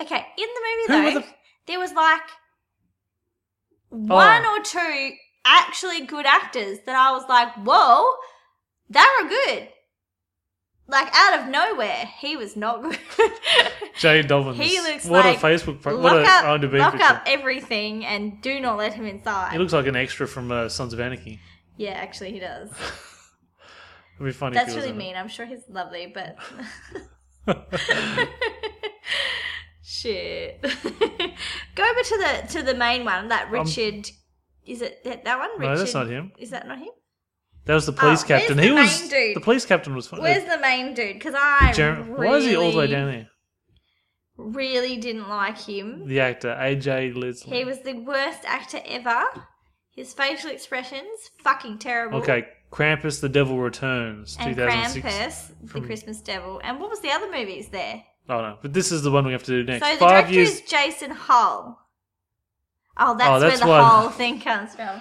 Okay, in the
Who were
movie though,
the- Oh.
there was like one or two actually good actors that I was like, whoa, they were good. Like out of nowhere, he was not good.
Jay Dobbins.
he looks
what
like
a Facebook pro-
lock
what a
up,
IMDb
lock
picture.
up everything and do not let him inside.
He looks like an extra from uh, Sons of Anarchy.
yeah, actually, he does.
It'd be funny. if
That's
he was in
really
it.
mean. I'm sure he's lovely, but shit. Go over to the to the main one. That Richard. is it that, that one? Richard,
Um, No, that's not him.
Is that not him?
That was the police
Oh, where's
captain.
the
He
main
was
dude?
the police captain was funny.
Where's the main dude? Because I
Jer-
really,
Uh, Why is he all the way down there?
Really didn't like him.
The actor AJ Leslie.
He was the worst actor ever. His facial expressions fucking terrible.
okay. Krampus: The Devil Returns,
And
2006.
Krampus, the Christmas Devil, and what was the other movies there?
Oh no, but this is the one we have to do next.
So the
Five
director
years.
is Jason Hull. Oh, that's,
that's
where the
why-
whole thing comes from.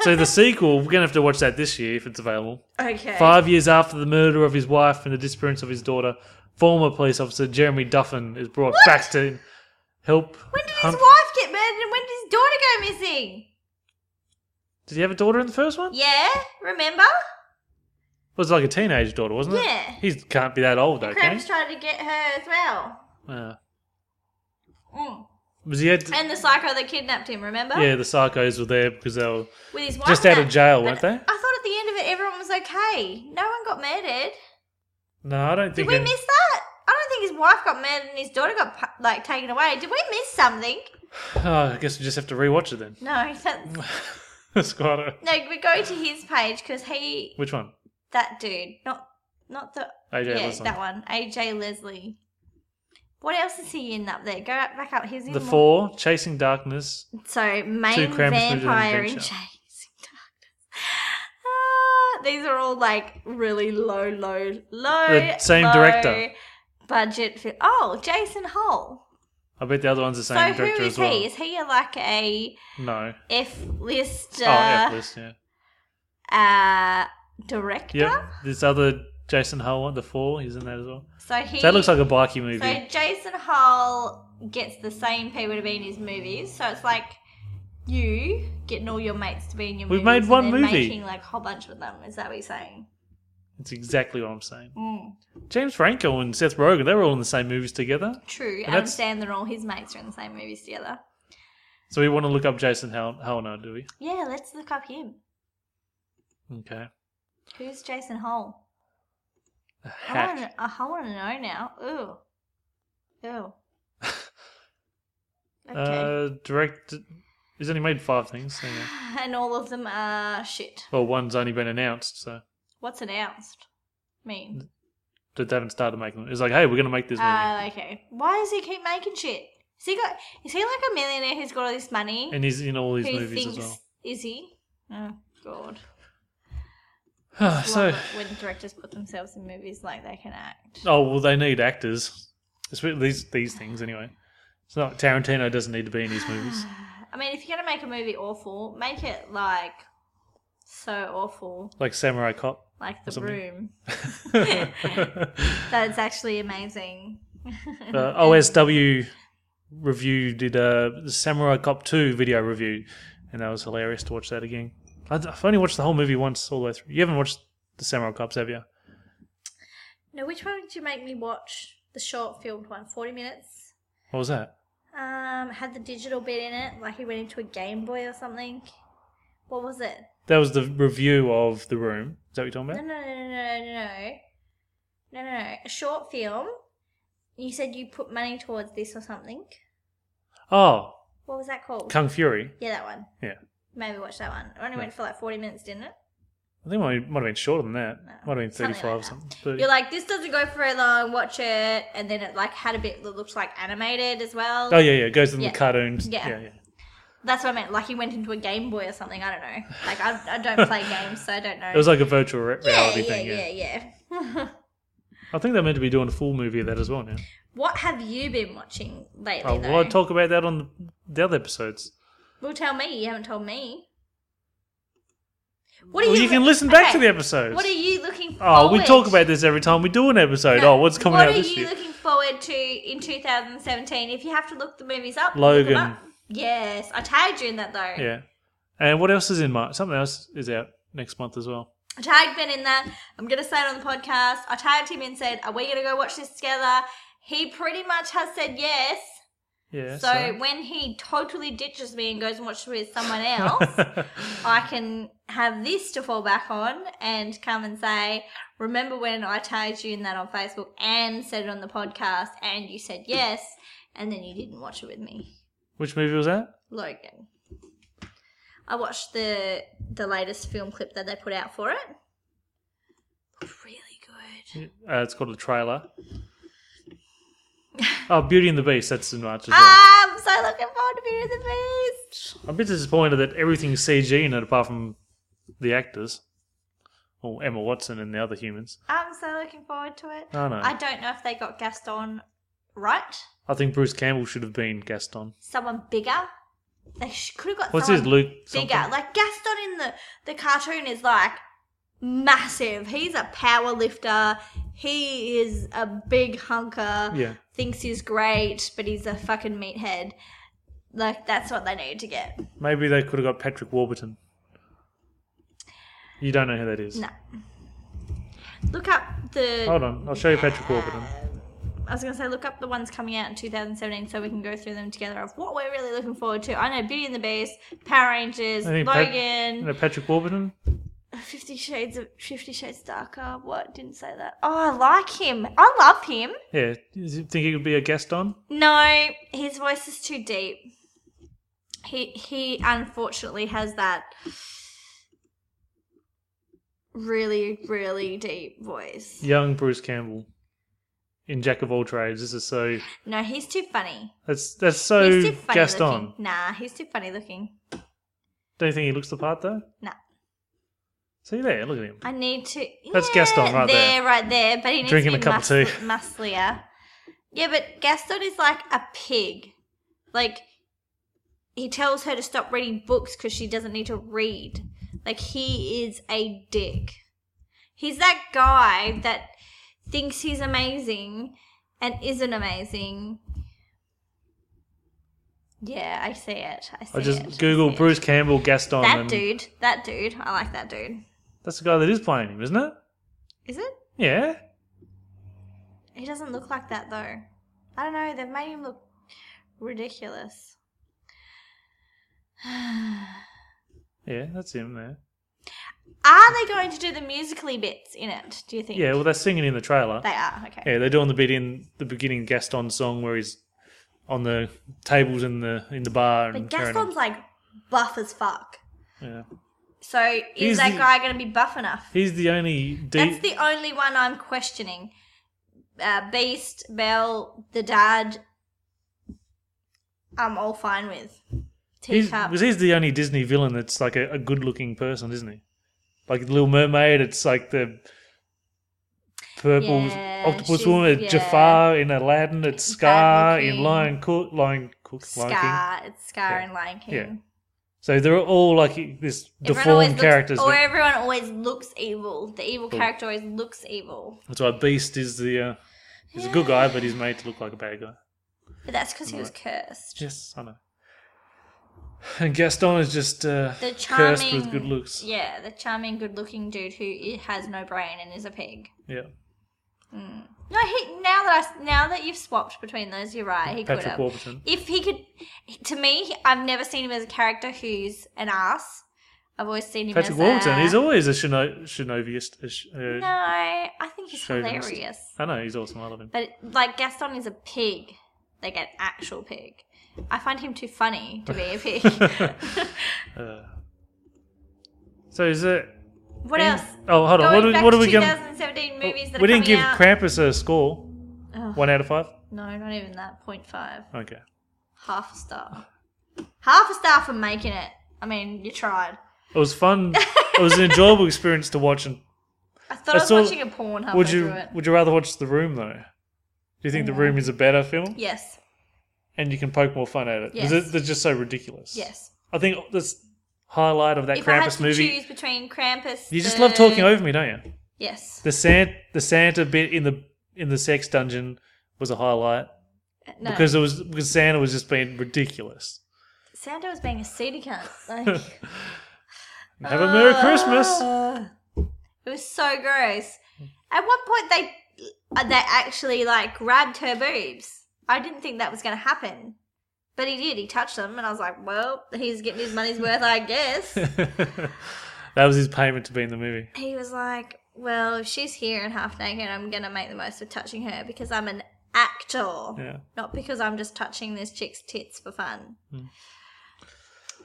so the sequel, we're gonna have to watch that this year if it's available.
Okay.
Five years after the murder of his wife and the disappearance of his daughter, former police officer Jeremy Duffin is brought back to help.
When did his
hunt-
wife get murdered and when did his daughter go missing?
Did he have a daughter in the first one?
Yeah, remember?
It was like a teenage daughter, wasn't it?
Yeah.
He can't be that old, okay?
Krebs tried to get her as well.
Uh,
Mm.
was he had?
And the psycho that kidnapped him, remember?
yeah, the psychos were there because they were.
With his wife.
Just
and
out of
that.
jail,
But
weren't they?
I thought at the end of it everyone was okay. No one got murdered.
No, I don't
Did
think.
we
any-
miss that? I don't think his wife got murdered and his daughter got pu- like taken away. Did we miss something?
Oh, I guess we just have to rewatch it then.
No, that's
That's quite a.
No, we go to his page because he,
Which one?
that dude, not not the
AJ
yeah,
Leslie.
that one, AJ Leslie. What else is he in up there? Go up, back up. He's in
The
more-
Four, Chasing Darkness.
So main
Krampus movies and
vampire and
Adventure.
chasing darkness. Ah, these are all like really low, low, low.
The same
low
director.
Budget. Fi- oh, Jason Hull.
I bet the other one's the
So
same
who
director
is
as well.
he? Is he like a
No.
F-lister
oh, F list, yeah.
uh, director?
Yep. This other Jason Hull one, The Four, he's in that as well.
So he.
So that looks like a bikey movie.
So Jason Hull gets the same people to be in his movies. So it's like you getting all your mates to be in your
We've
movies.
made
and
one
then
movie.
Making like a whole bunch with them. Is that what you're saying?
It's exactly what I'm saying.
Mm.
James Franco and Seth Rogen, they were all in the same movies together.
True.
And
Adam
that's-
Sandler and all his mates are in the same movies together.
So we want to look up Jason Hull, Hull now, do we?
Yeah, let's look up him.
Okay.
Who's Jason Hull?
A
I want
hack.
to. I want to know now. Ooh. Ooh. Okay.
Uh, direct. He's only made five things. Hang on.
and all of them are shit.
Well, one's only been announced, so
What's announced mean?
they haven't started making them. It's like, hey, we're going to make this movie.
Ah, okay. Why does he keep making shit? Is he got? Is he like a millionaire who's got all this money?
and he's in all these
who
movies
thinks
as well.
is he? Oh God!
so,
Love it when directors put themselves in movies like they can act.
oh well, they need actors. It's with these these things anyway. It's not Tarantino doesn't need to be in these movies.
I mean, if you're gonna make a movie awful, make it like so awful,
Like Samurai Cop.
like The
something.
Room.
uh,
That's actually amazing.
OSW review did a Samurai Cop two video review, and that was hilarious to watch that again. I- I've only watched the whole movie once all the way through. You haven't watched the Samurai Cops, have you?
Now, which one did you make me watch? The short filmed one, forty minutes.
What was that?
Um, had the digital bit in it, like he went into a Game Boy or something. What was it?
That was the review of the room. Is that what you're talking
No,
about?
no, no, no, no, no, no, no, no. A short film. You said you put money towards this or something.
Oh,
What was that called?
Kung Fury.
yeah, that one.
Yeah.
Maybe watch that one. It only went for like 40 minutes, didn't it?
I think it might, might have been shorter than that. Might have been
something like
35 or
that.
something. 30.
You're like, this doesn't go very long, watch it. And then it like had a bit that looked like animated as well.
oh, yeah, yeah. It goes in
Yeah.
the cartoons.
Yeah.
Yeah. yeah,
That's what I meant. Like he went into a Game Boy or something. I don't know. Like I, I don't play games, so I don't know.
It was like a virtual re-
yeah,
reality
yeah,
thing. Yeah.
yeah, yeah.
I think they're meant to be doing a full movie of that as well now.
What have you been watching lately,
Oh,
though?
well, I'll talk about that on the, the other episodes.
well, tell me. You haven't told me. What are
Well, you,
you?
can listen back to
okay,
the episodes.
What are you looking? Forward?
Oh, we talk about this every time we do an episode.
No,
oh, what's coming
what
out
are
this
you
year?
looking forward to in 2017? If you have to look the movies up, look them
Logan.
up. Yes, I tagged you in that though.
Yeah. And what else is in March? Something else is out next month as well.
I tagged Ben in that. I'm gonna say it on the podcast. I tagged him and said, "Are we gonna go watch this together?" He pretty much has said yes.
Yeah.
So when he totally ditches me and goes and watches with someone else, I can have this to fall back on and come and say, "Remember when I tagged you in that on Facebook and said it on the podcast, and you said yes, and then you didn't watch it with me."
Which movie was that?
Logan. I watched the the latest film clip that they put out for it. Looked Really good.
Uh, it's called a trailer. oh, Beauty and the Beast. That's in March as well.
Ah, I'm so looking forward to Beauty and the Beast.
I'm a bit disappointed that everything's CG in it apart from the actors. Or Emma Watson and the other humans.
I'm so looking forward to it.
I know.
I don't know if they got Gaston right.
I think Bruce Campbell should have been Gaston.
Someone bigger. They sh- could have got
What's
someone
his Luke?
bigger.
something?
Like Gaston in the the cartoon is like massive. He's a power lifter. He is a big hunker.
Yeah.
thinks he's great, but he's a fucking meathead. Like that's what they need to get.
Maybe they could have got Patrick Warburton. You don't know who that is.
No. Look up the.
Hold on, I'll show you Patrick Warburton.
I was gonna say look up the ones coming out in 2017, so we can go through them together of what we're really looking forward to. I know Beauty and the Beast, Power Rangers,
I think Pat-
Logan,
no, Patrick Warburton.
Fifty Shades of Fifty Shades Darker. What didn't say that? Oh, I like him. I love him.
Yeah, do you think he could be a Gaston?
No, his voice is too deep. He he unfortunately has that really really deep voice.
Young Bruce Campbell in Jack of all trades. This is so.
No, he's too funny.
That's that's so
He's too funny
Gaston.
looking. Nah, he's too funny looking.
Don't you think he looks the part though?
Nah.
See there, look at him.
I need to.
That's Gaston right
there,
there.
right there. But he needs
Drinking
to
a
be
cup of
muscle-
tea.
musclier. Yeah, but Gaston is like a pig. Like he tells her to stop reading books because she doesn't need to read. Like he is a dick. He's that guy that thinks he's amazing and isn't amazing. Yeah, I see it. I see
I
it. I
just Google
see it.
Bruce Campbell Gaston.
That
and
dude. That dude. I like that dude.
That's the guy that is playing him, isn't it?
Is it?
Yeah.
He doesn't look like that though. I don't know. They've made him look ridiculous.
Yeah, that's him there.
Are they going to do the musically bits in it? Do you think?
Yeah, well, they're singing in the trailer.
they are. Okay.
Yeah, they're doing the bit in the beginning Gaston song where he's on the tables in the in the bar and
But
carrying on.
Gaston's like buff as fuck.
Yeah.
So is
He's
that
the-
guy going to be buff enough?
He's the only de-
That's the only one I'm questioning. Uh, Beast, Bell, the dad. I'm all fine with.
he's,
Teacup.
because he's the only Disney villain that's like a, a good looking person, isn't he? Like the Little Mermaid, it's like the purple
Yeah,
octopus
she's-
woman, it's
yeah.
Jafar in Aladdin, it's Scar in
looking.
Lion Cook, Lion Cook, Lion King.
Scar. It's Scar and Lion King.
Yeah. So they're all like this
Everyone always
deformed characters.
Looks, or
that-
everyone always looks evil. The evil character always looks evil.
that's why Beast is the uh, he's a good guy, but he's made to look like a bad guy.
But that's because he was cursed.
Yes, I know. And Gaston is just uh,
The
cursed
charming-
with good looks.
Yeah, the charming, good-looking dude who i- has no brain and is a pig.
Yeah,
No, he. Now that I, now that you've swapped between those, you're right. He could
Patrick
have.
Warburton.
If he could, to me, he- I've never seen him as a character who's an ass. I've always seen him
Patrick
as
Warburton.
a.
He's always a shino- shinoviest. A sh- uh,
no, I think he's
Chauvinist.
hilarious.
I know he's awesome. I love him.
But like Gaston is a pig, like an actual pig. I find him too funny to be a pig.
Uh, So is it?
What else?
Oh, hold on.
Going
What are, we-
back
what are
to
we going?
2017 movies that
We
are
didn't
coming
give
out. Oh.
Krampus a score.
Ugh.
One out of five.
no, not even that. 0.5.
Okay.
Half a star. Half a star for making it. I mean, you tried.
It was fun. it was an enjoyable experience to watch. And
I thought
I
I was
saw-
watching a porn halfway
would
through
you
it.
would you rather watch The Room though? Do you think The Room is a better film?
Yes.
And you can poke more fun at it. 'Cause
Yes.
it- They're just so ridiculous.
Yes.
I think this highlight of that
if I had
Krampus
to
movie.
choose between Krampus,
You just
the-
love talking over me, don't you?
Yes.
The Santa, the Santa bit in the in the sex dungeon was a highlight
No.
because it was because Santa was just being ridiculous.
Santa was being a seedy cunt. Like,
Have a Merry Christmas.
Ah. it was so gross. At one point, they uh, they actually like grabbed her boobs. I didn't think that was going to happen, but he did. He touched them, and I was like, "Well, he's getting his money's worth, I guess."
That was his payment to be in the movie.
he was like, "Well, if she's here and half naked. I'm gonna make the most of touching her because I'm an actor,
Yeah.
not because I'm just touching this chick's tits for fun."
Hmm.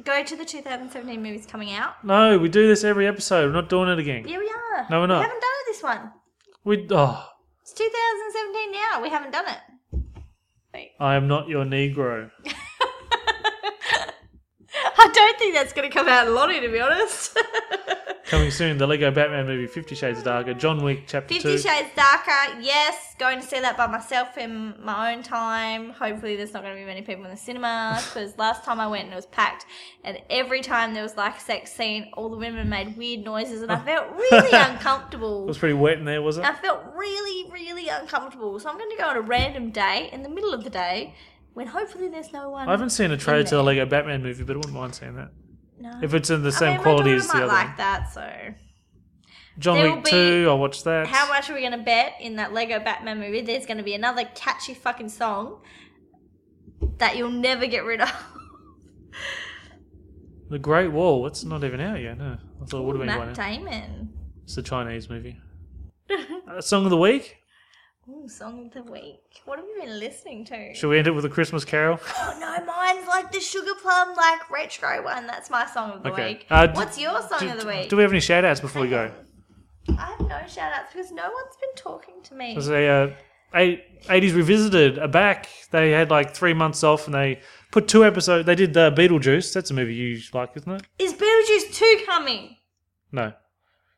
Go to the 2017 movies coming out.
No, we do this every episode. We're not doing it again.
Yeah, we are.
Hmm. No, we're not.
We haven't done it this one.
We oh,
It's 2017 now. We haven't done it.
I am not your Negro.
I don't think that's gonna come out a lot, to be honest.
Coming soon, the Lego Batman movie, Fifty Shades Darker, John Wick Chapter
Fifty
Two.
Shades Darker, yes. Going to see that by myself in my own time. Hopefully, there's not going to be many people in the cinema because last time I went and it was packed, and every time there was like a sex scene, all the women made weird noises, and I felt really
it
uncomfortable.
was pretty wet in there, was it?
I felt really, really uncomfortable. So I'm going to go on a random day in the middle of the day when hopefully there's no one.
I haven't seen a trailer to
there.
the Lego Batman movie, but I wouldn't mind seeing that
No.
if it's in the
I
same
mean, my
quality
daughter
as the
might
other.
like
one.
that. So
John
There will
Wick
be-
Two, I watched that.
How much are we going to bet in that Lego Batman movie? There's going to be another catchy fucking song that you'll never get rid of.
The Great Wall. It's not even out yet. No, I thought it would have been by
Matt
now.
Damon.
It's a Chinese movie. uh, song of the week.
Ooh, song of the week. What have we been listening to?
Should we end it with a Christmas carol?
Oh no, mine's like the sugar plum, like retro one. That's my song of the
Okay.
week.
Uh, d-
What's your song
do,
of the week?
do we have any shout outs before we go?
I have no shout outs because no one's been talking to me.
There's a uh, eight- 80s Revisited are back. They had like three months off and they put two episodes. They did uh, Beetlejuice. That's a movie you like, isn't it?
Is Beetlejuice 2 coming?
No.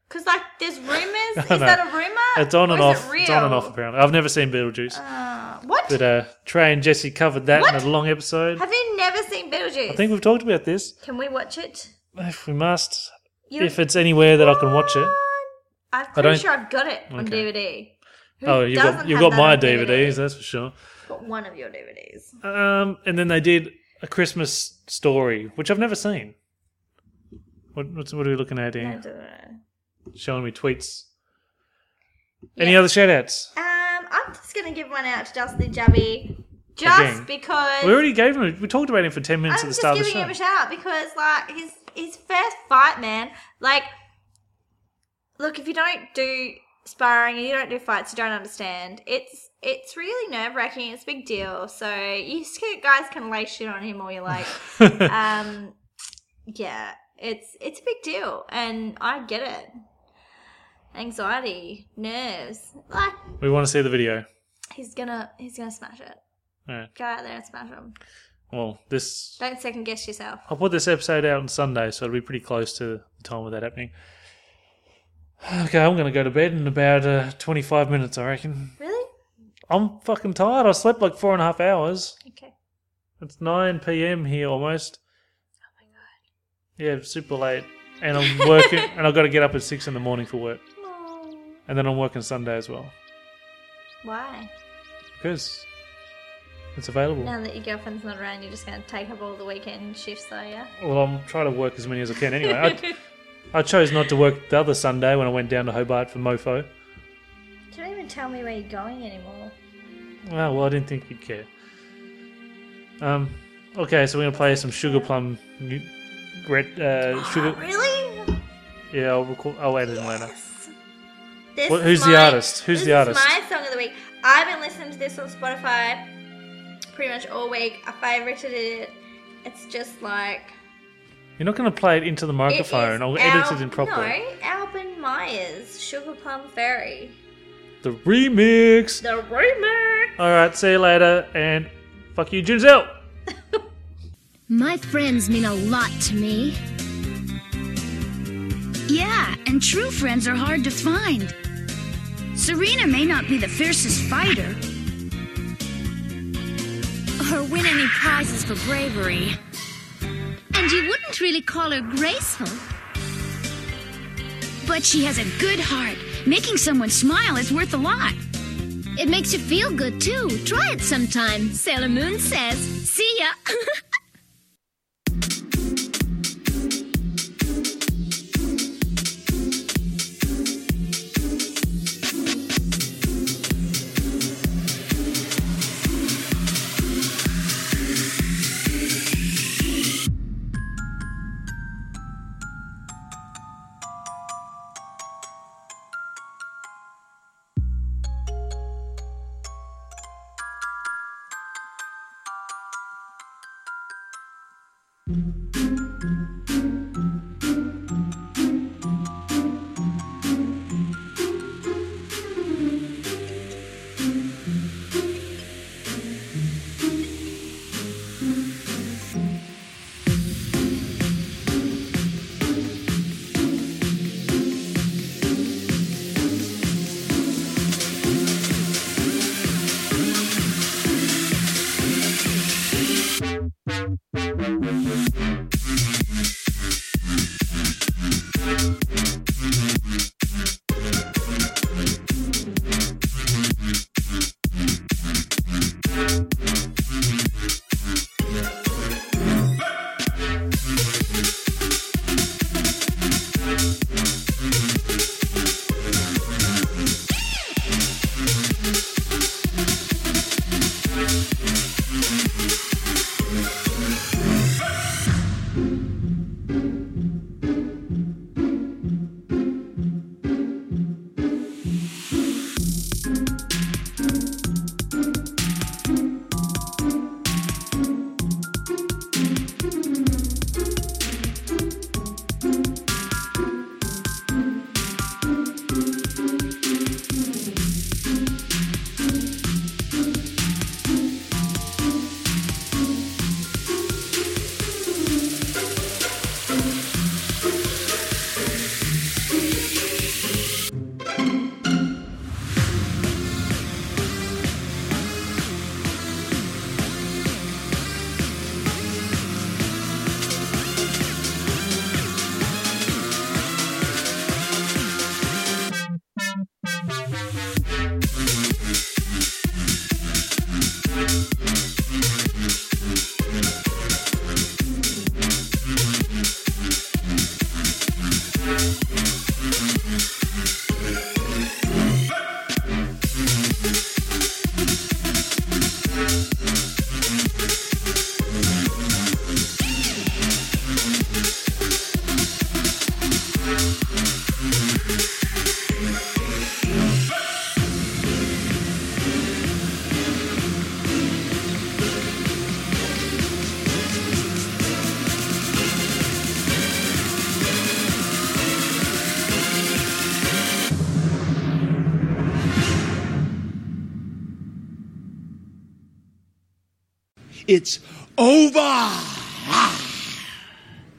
Because, like, there's rumors. Is
No.
that a rumor?
It's on
Or
and
is it
off. It's on and
real?
off, apparently. I've never seen Beetlejuice.
Uh, what?
but uh, Trey and Jesse covered that
What?
in a long episode.
Have you never seen Beetlejuice?
I think we've talked about this.
Can we watch it?
If we must,
You-
if it's anywhere that I can watch it.
I'm pretty
don't-
sure I've got it on
Okay.
DVD. Who
Oh, you've
doesn't
got, you've got
have that
my
on
DVDs, that's for sure.
Got one of your DVDs.
Um, and then they did a Christmas story, which I've never seen. What, what's, what are we looking at here?
I don't know.
showing me tweets. Any other shout outs?
Um, I'm just gonna give one out to Dusty Jubby, just
Again.
because
We already gave him. a- We talked about him for ten minutes
Um,
at the
I'm just
start of the
giving
show.
him a shout out because like his his first fight, man. Like, look, if you don't do sparring and you don't do fights, you don't understand. It's it's really nerve wracking. It's a big deal. So you s- guys can lay shit on him all you like. um, yeah, it's it's a big deal, and I get it. Anxiety, nerves, like
we want to see the video.
he's gonna he's gonna smash it.
All right.
Go out there and smash him.
Well, this
Don't second guess yourself.
I'll put this episode out on Sunday, so it'll be pretty close to the time of that happening. Okay, I'm gonna go to bed in about uh, 25 minutes, I reckon.
Really?
I'm fucking tired. I slept like four and a half hours.
Okay.
It's 9 p.m. here almost. Oh my god. Yeah, super late, and I'm working, and I've got to get up at six in the morning for work, and then I'm working Sunday as well.
Why?
Because it's available.
Now that your girlfriend's not around, you're just going to take up all the weekend shifts, though, yeah?
Well, I'm trying to work as many as I can anyway. I, I chose not to work the other Sunday when I went down to Hobart for Mofo.
You don't even tell me where you're going anymore.
Oh, well, I didn't think you'd care. Um, okay, so we're going to play some Sugar Plum. New, red, uh, sugar.
Ah, Really?
Yeah, I'll, record, I'll add it in later.
This
Well,
is
who's the
my-
artist? Who's
this
the artist?
Is my song of the week. I've been listening to this on Spotify pretty much all week. I favorited it. It's just like
You're not going to play it into the
It is
microphone. I'll edit
Al-
it in properly.
No, Alban Myers, Sugar Plum Fairy.
The remix.
The rumor.
All right, see you later, and fuck you, Giselle.
My friends mean a lot to me. Yeah, and true friends are hard to find. Serena may not be the fiercest fighter, or win any prizes for bravery. And you wouldn't really call her graceful. But she has a good heart. Making someone smile is worth a lot. It makes you feel good, too. Try it sometime. Sailor Moon says, See ya.
It's over.